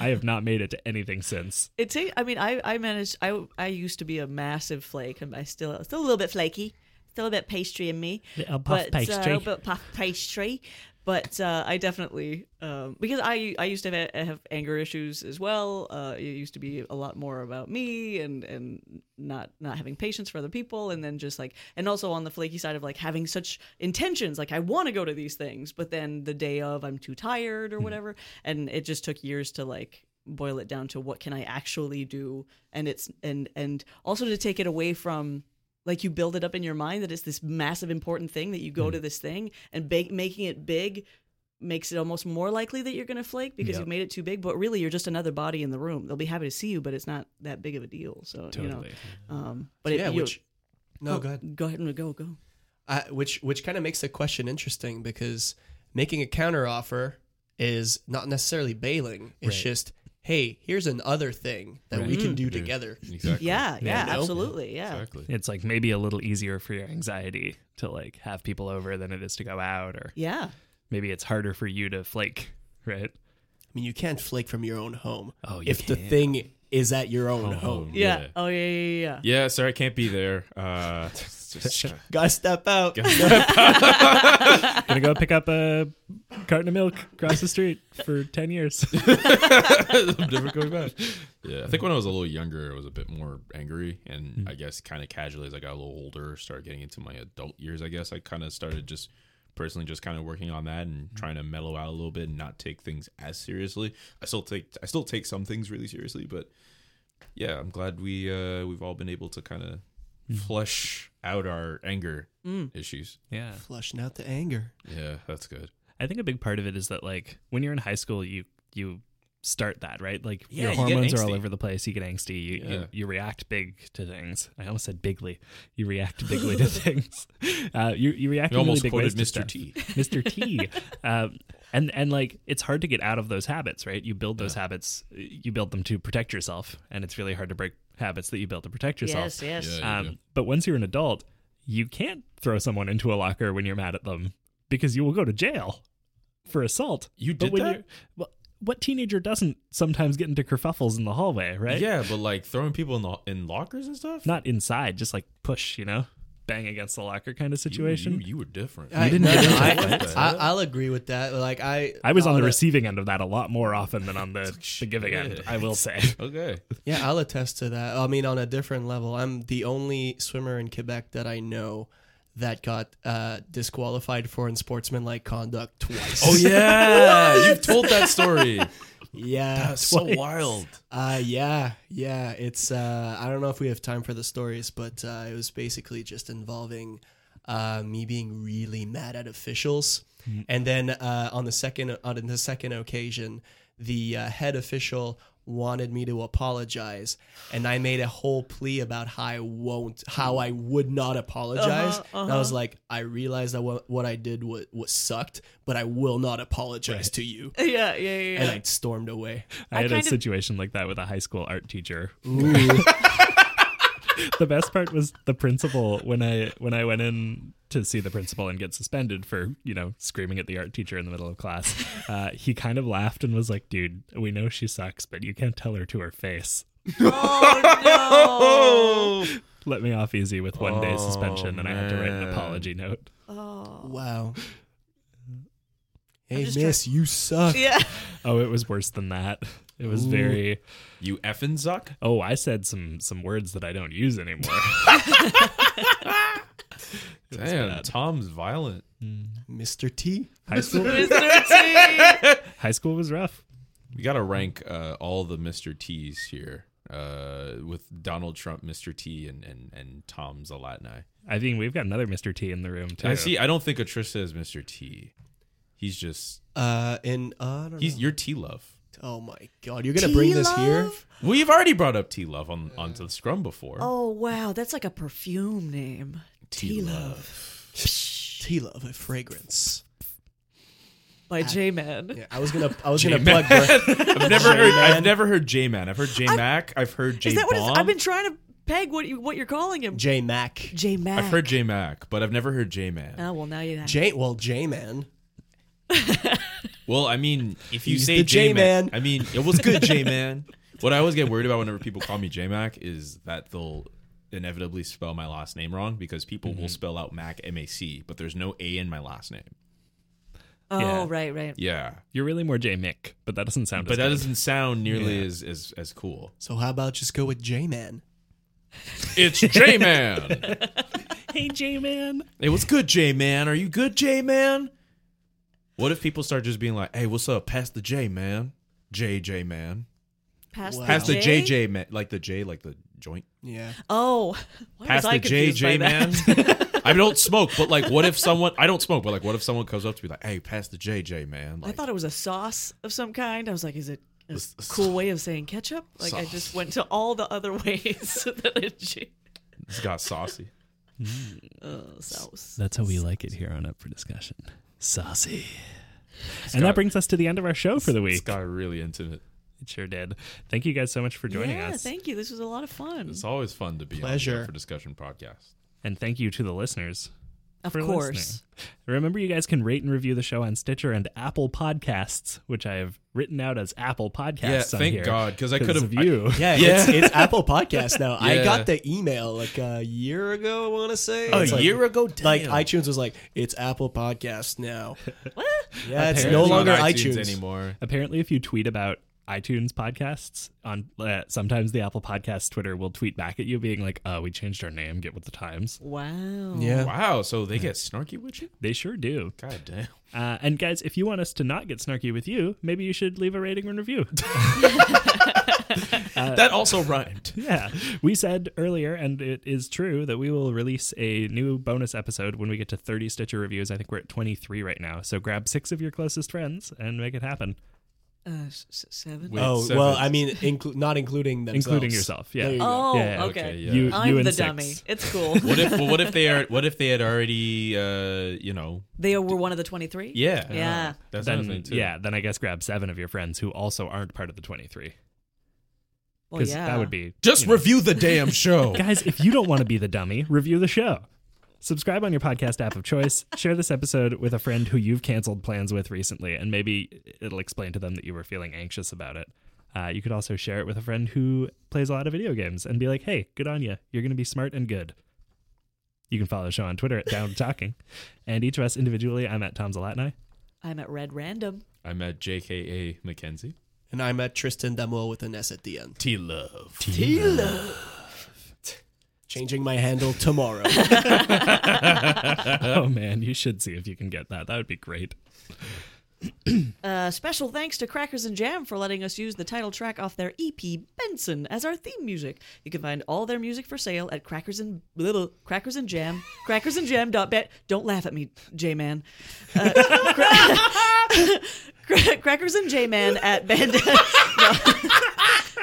[SPEAKER 3] I have not made it to anything since.
[SPEAKER 4] It takes. I mean, I I managed. I I used to be a massive flake, and I still still a little bit flaky, still a bit pastry in me.
[SPEAKER 3] Little puff
[SPEAKER 4] but, uh,
[SPEAKER 3] pastry.
[SPEAKER 4] a little bit puff pastry. But uh, I definitely um, because I I used to have, have anger issues as well. Uh, it used to be a lot more about me and and not not having patience for other people, and then just like and also on the flaky side of like having such intentions, like I want to go to these things, but then the day of I'm too tired or
[SPEAKER 3] Hmm.
[SPEAKER 4] whatever, and it just took years to like boil it down to what can I actually do, and it's and and also to take it away from like you build it up in your mind that it's this massive important thing that you go to
[SPEAKER 6] Mm-hmm.
[SPEAKER 4] this thing and ba- making it big makes it almost more likely that you're going to flake because
[SPEAKER 3] Yeah.
[SPEAKER 4] you've made it too big but really you're just another body in the room they'll be happy to see you but it's not that big of a deal so you know
[SPEAKER 3] Totally.
[SPEAKER 4] um but it,
[SPEAKER 6] yeah,
[SPEAKER 4] you-
[SPEAKER 6] which. No,
[SPEAKER 4] oh,
[SPEAKER 6] go ahead.
[SPEAKER 4] go ahead and go go
[SPEAKER 6] I, which which kind of makes the question interesting because making a counter offer is not necessarily bailing.
[SPEAKER 3] Right.
[SPEAKER 6] It's
[SPEAKER 3] Mm.
[SPEAKER 6] just, hey, here's another thing that we can do together.
[SPEAKER 5] Exactly.
[SPEAKER 4] yeah yeah,
[SPEAKER 6] You know?
[SPEAKER 4] absolutely yeah
[SPEAKER 5] Exactly.
[SPEAKER 3] It's like maybe a little easier for your anxiety to like have people over than it is to go out, or
[SPEAKER 4] yeah
[SPEAKER 3] maybe it's harder for you to flake, right?
[SPEAKER 6] I mean, you can't flake from your own home
[SPEAKER 3] Oh, you
[SPEAKER 6] if the thing is at your own home.
[SPEAKER 4] yeah oh yeah yeah yeah, yeah.
[SPEAKER 5] Yeah, sorry, I can't be there. Uh, just-
[SPEAKER 6] Gotta step out.
[SPEAKER 3] Gonna go pick up a carton of milk across the street for ten years.
[SPEAKER 5] I'm never going back. Yeah, I think when I was a little younger, I was a bit more angry, and
[SPEAKER 3] Hmm.
[SPEAKER 5] I guess kind of casually as I got a little older, started getting into my adult years. I guess I kind of started just personally just kind of working on that
[SPEAKER 3] Hmm.
[SPEAKER 5] and trying to mellow out a little bit and not take things as seriously. I still take I still take some things really seriously, but yeah, I'm glad we uh, we've all been able to kind of
[SPEAKER 3] Hmm.
[SPEAKER 5] flush out our anger issues.
[SPEAKER 3] Yeah.
[SPEAKER 6] Flushing out the anger.
[SPEAKER 5] Yeah, that's good.
[SPEAKER 3] I think a big part of it is that like when you're in high school, you you start that right. Like
[SPEAKER 8] Yeah,
[SPEAKER 3] your
[SPEAKER 8] you get
[SPEAKER 3] hormones are all
[SPEAKER 8] angsty.
[SPEAKER 3] over the place. You get angsty. You,
[SPEAKER 5] Yeah.
[SPEAKER 3] you you react big to things. I almost said bigly. You react bigly to things. Uh, you you react. in
[SPEAKER 5] We
[SPEAKER 3] really
[SPEAKER 5] almost
[SPEAKER 3] big
[SPEAKER 5] quoted
[SPEAKER 3] ways to
[SPEAKER 5] Mr. T.
[SPEAKER 3] stuff. Mr. T. um, and and like it's hard to get out of those habits, right? You build those habits. You build them to protect yourself, and it's really hard to break habits that you built to protect yourself.
[SPEAKER 4] Yes, yes.
[SPEAKER 5] Yeah, you do.
[SPEAKER 3] Um, but once you're an adult, you can't throw someone into a locker when you're mad at them because you will go to jail for assault.
[SPEAKER 8] You
[SPEAKER 3] But
[SPEAKER 8] did
[SPEAKER 3] when
[SPEAKER 8] that?
[SPEAKER 3] you're- Well, what teenager doesn't sometimes get into kerfuffles in the hallway, right?
[SPEAKER 5] Yeah, but like throwing people in lo- in lockers and stuff.
[SPEAKER 3] Not inside, just like push, you know, bang against the locker kind of situation.
[SPEAKER 5] You, you were different.
[SPEAKER 6] I,
[SPEAKER 3] didn't
[SPEAKER 6] no,
[SPEAKER 3] get
[SPEAKER 6] no,
[SPEAKER 3] into
[SPEAKER 6] I,
[SPEAKER 3] it.
[SPEAKER 6] I, I'll agree with that. Like I,
[SPEAKER 3] I was on the
[SPEAKER 6] I'll-
[SPEAKER 3] receiving end of that a lot more often than on the, the giving end, I will say.
[SPEAKER 5] Okay.
[SPEAKER 6] Yeah, I'll attest to that. I mean, on a different level, I'm the only swimmer in Quebec that I know that got uh, disqualified for unsportsmanlike conduct twice.
[SPEAKER 5] Oh yeah, you've told that story.
[SPEAKER 6] yeah,
[SPEAKER 5] so wild.
[SPEAKER 6] uh, yeah, yeah. It's uh, I don't know if we have time for the stories, but uh, it was basically just involving uh, me being really mad at officials, and then uh, on the second on the second occasion, the uh, head official wanted me to apologize, and I made a whole plea about how I won't, how I would not apologize. And I was like, I realized that what, what I did was, was sucked, but I will not apologize to you.
[SPEAKER 4] Yeah, yeah, yeah.
[SPEAKER 6] And
[SPEAKER 4] yeah.
[SPEAKER 6] I stormed away.
[SPEAKER 3] I had
[SPEAKER 4] kind
[SPEAKER 3] a
[SPEAKER 4] of-
[SPEAKER 3] situation like that with a high school art teacher. the best part was the principal when I when I went in to see the principal and get suspended for you know screaming at the art teacher in the middle of class. Uh, he kind of laughed and was like, "Dude, we know she sucks, but you can't tell her to her face." Let me off easy with one day suspension, and I had to write an
[SPEAKER 5] man.
[SPEAKER 3] apology note.
[SPEAKER 4] Oh.
[SPEAKER 6] Wow. Hey,
[SPEAKER 4] just
[SPEAKER 6] miss, you suck.
[SPEAKER 4] yeah.
[SPEAKER 3] Oh, it was worse than that. It was very.
[SPEAKER 5] You effing suck.
[SPEAKER 3] Oh, I said some some words that I don't use anymore.
[SPEAKER 5] Damn, Tom's violent.
[SPEAKER 6] Mr. T.
[SPEAKER 3] high school,
[SPEAKER 4] Mr. T.
[SPEAKER 3] high school was rough.
[SPEAKER 5] We gotta rank uh, all the Mr. T's here. Uh, with Donald Trump, Mr. T, and and and Tom Zalatni.
[SPEAKER 3] I think we've got another Mr. T in the room too.
[SPEAKER 5] I see. I don't think Atrista is Mr. T. He's just
[SPEAKER 6] Uh, and uh, I don't
[SPEAKER 5] he's
[SPEAKER 6] know.
[SPEAKER 5] your T love.
[SPEAKER 6] Oh my God, you're gonna bring this here?
[SPEAKER 5] We've already brought up T love on onto the scrum before.
[SPEAKER 4] Oh wow, that's like a perfume name. T Love
[SPEAKER 6] T love a fragrance.
[SPEAKER 4] by J Man.
[SPEAKER 6] Yeah, I was gonna, I was gonna plug. Bra-
[SPEAKER 5] I've never heard. I've
[SPEAKER 6] J-Man.
[SPEAKER 5] never heard J Man. I've heard J Mac. I've heard J
[SPEAKER 4] Is that what it's,
[SPEAKER 5] Bomb.
[SPEAKER 4] I've been trying to peg what you what you're calling him?
[SPEAKER 6] J Mac.
[SPEAKER 4] J Man.
[SPEAKER 5] I've heard J Mac, but I've never heard J Man.
[SPEAKER 4] Oh well, now you have.
[SPEAKER 6] J. Well, J Man.
[SPEAKER 5] Well, I mean, if you
[SPEAKER 6] He's
[SPEAKER 5] say
[SPEAKER 6] the
[SPEAKER 5] J Man,
[SPEAKER 6] J-Man.
[SPEAKER 5] I mean, it was good J Man. What I always get worried about whenever people call me J Mac is that they'll inevitably spell my last name wrong because people will spell out Mac M A C, but there's no A in my last name.
[SPEAKER 4] oh
[SPEAKER 3] yeah.
[SPEAKER 4] right, right.
[SPEAKER 5] Yeah,
[SPEAKER 3] You're really more J Mick, but that doesn't sound.
[SPEAKER 5] but
[SPEAKER 3] as
[SPEAKER 5] that
[SPEAKER 3] good.
[SPEAKER 5] doesn't sound nearly as, as as cool.
[SPEAKER 6] So how about just go with J Man?
[SPEAKER 5] It's J Man.
[SPEAKER 3] Hey, J Man.
[SPEAKER 5] hey, what's good, J Man? Are you good, J Man? What if people start just being like, "Hey, what's up? Pass the J Man, J J Man,
[SPEAKER 4] Pass
[SPEAKER 6] Wow.
[SPEAKER 4] the
[SPEAKER 5] pass the
[SPEAKER 4] J?
[SPEAKER 5] J J Man, like the J, like the joint."
[SPEAKER 6] Yeah.
[SPEAKER 4] Oh, why
[SPEAKER 5] Pass
[SPEAKER 4] was I
[SPEAKER 5] the
[SPEAKER 4] confused by
[SPEAKER 5] JJ man.
[SPEAKER 4] that?
[SPEAKER 5] I don't smoke, but like, what if someone? I don't smoke, but like, what if someone comes up to me like, "Hey, pass the JJ man."
[SPEAKER 4] I
[SPEAKER 5] Like,
[SPEAKER 4] thought it was a sauce of some kind. I was like, is it a
[SPEAKER 5] It's a
[SPEAKER 4] cool way of saying ketchup? Like I just went to all the other ways that it j-
[SPEAKER 5] it's got saucy.
[SPEAKER 4] oh, sauce.
[SPEAKER 3] That's how we like it here on Up for Discussion. Saucy. and that brings us to the end of our show for the
[SPEAKER 5] It's
[SPEAKER 3] week.
[SPEAKER 5] got really intimate.
[SPEAKER 3] It sure did. Thank you guys so much for joining
[SPEAKER 4] yeah,
[SPEAKER 3] us.
[SPEAKER 4] thank you. This was a lot of fun.
[SPEAKER 5] It's always fun to be on the
[SPEAKER 6] Pleasure.
[SPEAKER 5] Up for discussion podcast.
[SPEAKER 3] and thank you to the listeners.
[SPEAKER 4] Of
[SPEAKER 3] for
[SPEAKER 4] course.
[SPEAKER 3] listening. Remember, you guys can rate and review the show on Stitcher and Apple Podcasts, which I have written out as Apple Podcasts.
[SPEAKER 5] Yeah,
[SPEAKER 3] on
[SPEAKER 5] thank
[SPEAKER 3] here
[SPEAKER 5] God, 'cause I could've-
[SPEAKER 3] of you.
[SPEAKER 6] Yeah, It's, it's Apple Podcast now.
[SPEAKER 5] Yeah.
[SPEAKER 6] I got the email like a year ago. I want to say
[SPEAKER 5] A
[SPEAKER 6] It's like-
[SPEAKER 5] year ago, damn.
[SPEAKER 6] Like iTunes was like, it's Apple Podcast now.
[SPEAKER 4] What?
[SPEAKER 6] Yeah, it's
[SPEAKER 5] Apparently
[SPEAKER 6] no longer
[SPEAKER 5] not
[SPEAKER 6] iTunes
[SPEAKER 5] anymore.
[SPEAKER 3] Apparently, if you tweet about iTunes podcasts on uh, sometimes the Apple Podcasts Twitter will tweet back at you being like, "Uh, we changed our name. Get with the times."
[SPEAKER 4] Wow.
[SPEAKER 6] Yeah.
[SPEAKER 5] Wow, so they get snarky with you?
[SPEAKER 3] They sure do.
[SPEAKER 5] God damn.
[SPEAKER 3] Uh, and guys, if you want us to not get snarky with you, maybe you should leave a rating and review.
[SPEAKER 4] Uh,
[SPEAKER 5] that also rhymed.
[SPEAKER 3] yeah, we said earlier, and it is true that we will release a new bonus episode when we get to 30 Stitcher reviews. I think we're at 23 right now. So grab six of your closest friends and make it happen,
[SPEAKER 4] Uh, s- s- seven.
[SPEAKER 5] Wait,
[SPEAKER 6] Oh
[SPEAKER 5] seven.
[SPEAKER 6] well, I mean, inclu- not including themselves.
[SPEAKER 3] including yourself. Yeah.
[SPEAKER 6] There you go.
[SPEAKER 4] Oh,
[SPEAKER 3] Yeah,
[SPEAKER 4] okay.
[SPEAKER 5] okay, yeah.
[SPEAKER 3] You, you
[SPEAKER 4] I'm
[SPEAKER 3] and
[SPEAKER 4] the
[SPEAKER 3] six.
[SPEAKER 4] dummy. It's cool.
[SPEAKER 5] What if well, what if they are what if they had already uh, you know
[SPEAKER 4] they were one of the 23?
[SPEAKER 5] yeah
[SPEAKER 3] Uh,
[SPEAKER 4] Yeah.
[SPEAKER 5] that's another
[SPEAKER 3] Then,
[SPEAKER 5] thing too
[SPEAKER 3] yeah, then I guess grab seven of your friends who also aren't part of the 23.
[SPEAKER 4] Well,
[SPEAKER 3] Because
[SPEAKER 4] Oh, yeah.
[SPEAKER 3] that would be.
[SPEAKER 5] just
[SPEAKER 3] you know.
[SPEAKER 5] review the damn show
[SPEAKER 3] Guys, if you don't want to be the dummy, review the show. Subscribe on your podcast app of choice. Share this episode with a friend who you've canceled plans with recently, and maybe it'll explain to them that you were feeling anxious about it. Uh, you could also share it with a friend who plays a lot of video games and be like, hey, good on you. You're going to be smart and good. You can follow the show on Twitter at Down to Talking. And each of us individually, I'm at Tom Zalatni.
[SPEAKER 4] I'm at red random.
[SPEAKER 5] I'm at JKA McKenzie
[SPEAKER 6] And I'm at Tristan Demuel with an S at the end.
[SPEAKER 5] T love
[SPEAKER 6] Changing my handle tomorrow.
[SPEAKER 3] Oh, man, you should see if you can get that. That would be great.
[SPEAKER 4] Uh, special thanks to Crackers and Jam for letting us use the title track off their EP Benson as our theme music. You can find all their music for sale at Crackers and Little Crackers and Jam Crackers and Jam dot bet. Don't laugh at me, J Man. Uh, cra- crackers and J Man at band. no.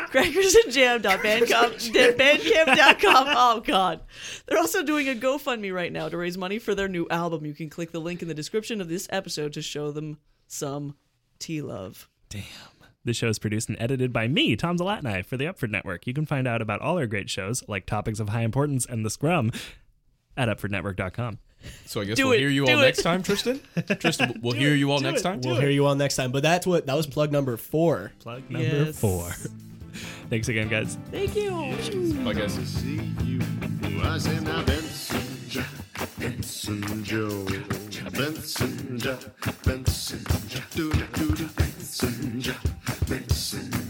[SPEAKER 4] Crackers and Jam dot bandcamp bandcamp dot com. Oh God, they're also doing a GoFundMe right now to raise money for their new album. You can click the link in the description of this episode to show them some T Love.
[SPEAKER 3] This show is produced and edited by me, Tom Zalatni, for the Upford Network. You can find out about all our great shows, like Topics of High Importance and The Scrum, at upfordnetwork.com.
[SPEAKER 5] so I guess
[SPEAKER 4] Do
[SPEAKER 5] we'll
[SPEAKER 4] it,
[SPEAKER 5] hear you
[SPEAKER 4] do
[SPEAKER 5] all
[SPEAKER 4] it.
[SPEAKER 5] next time Tristan Tristan we'll hear you all next time
[SPEAKER 6] we'll hear you all next time. But that's what that was plug number four.
[SPEAKER 3] Plug number
[SPEAKER 4] Yes.
[SPEAKER 3] four. Thanks again, guys.
[SPEAKER 4] Thank you.
[SPEAKER 5] I guess
[SPEAKER 2] to see you. I say now Benson Jack, Benson Joe, Benson Jack, Benson Jack, do do do Benson Jack, Benson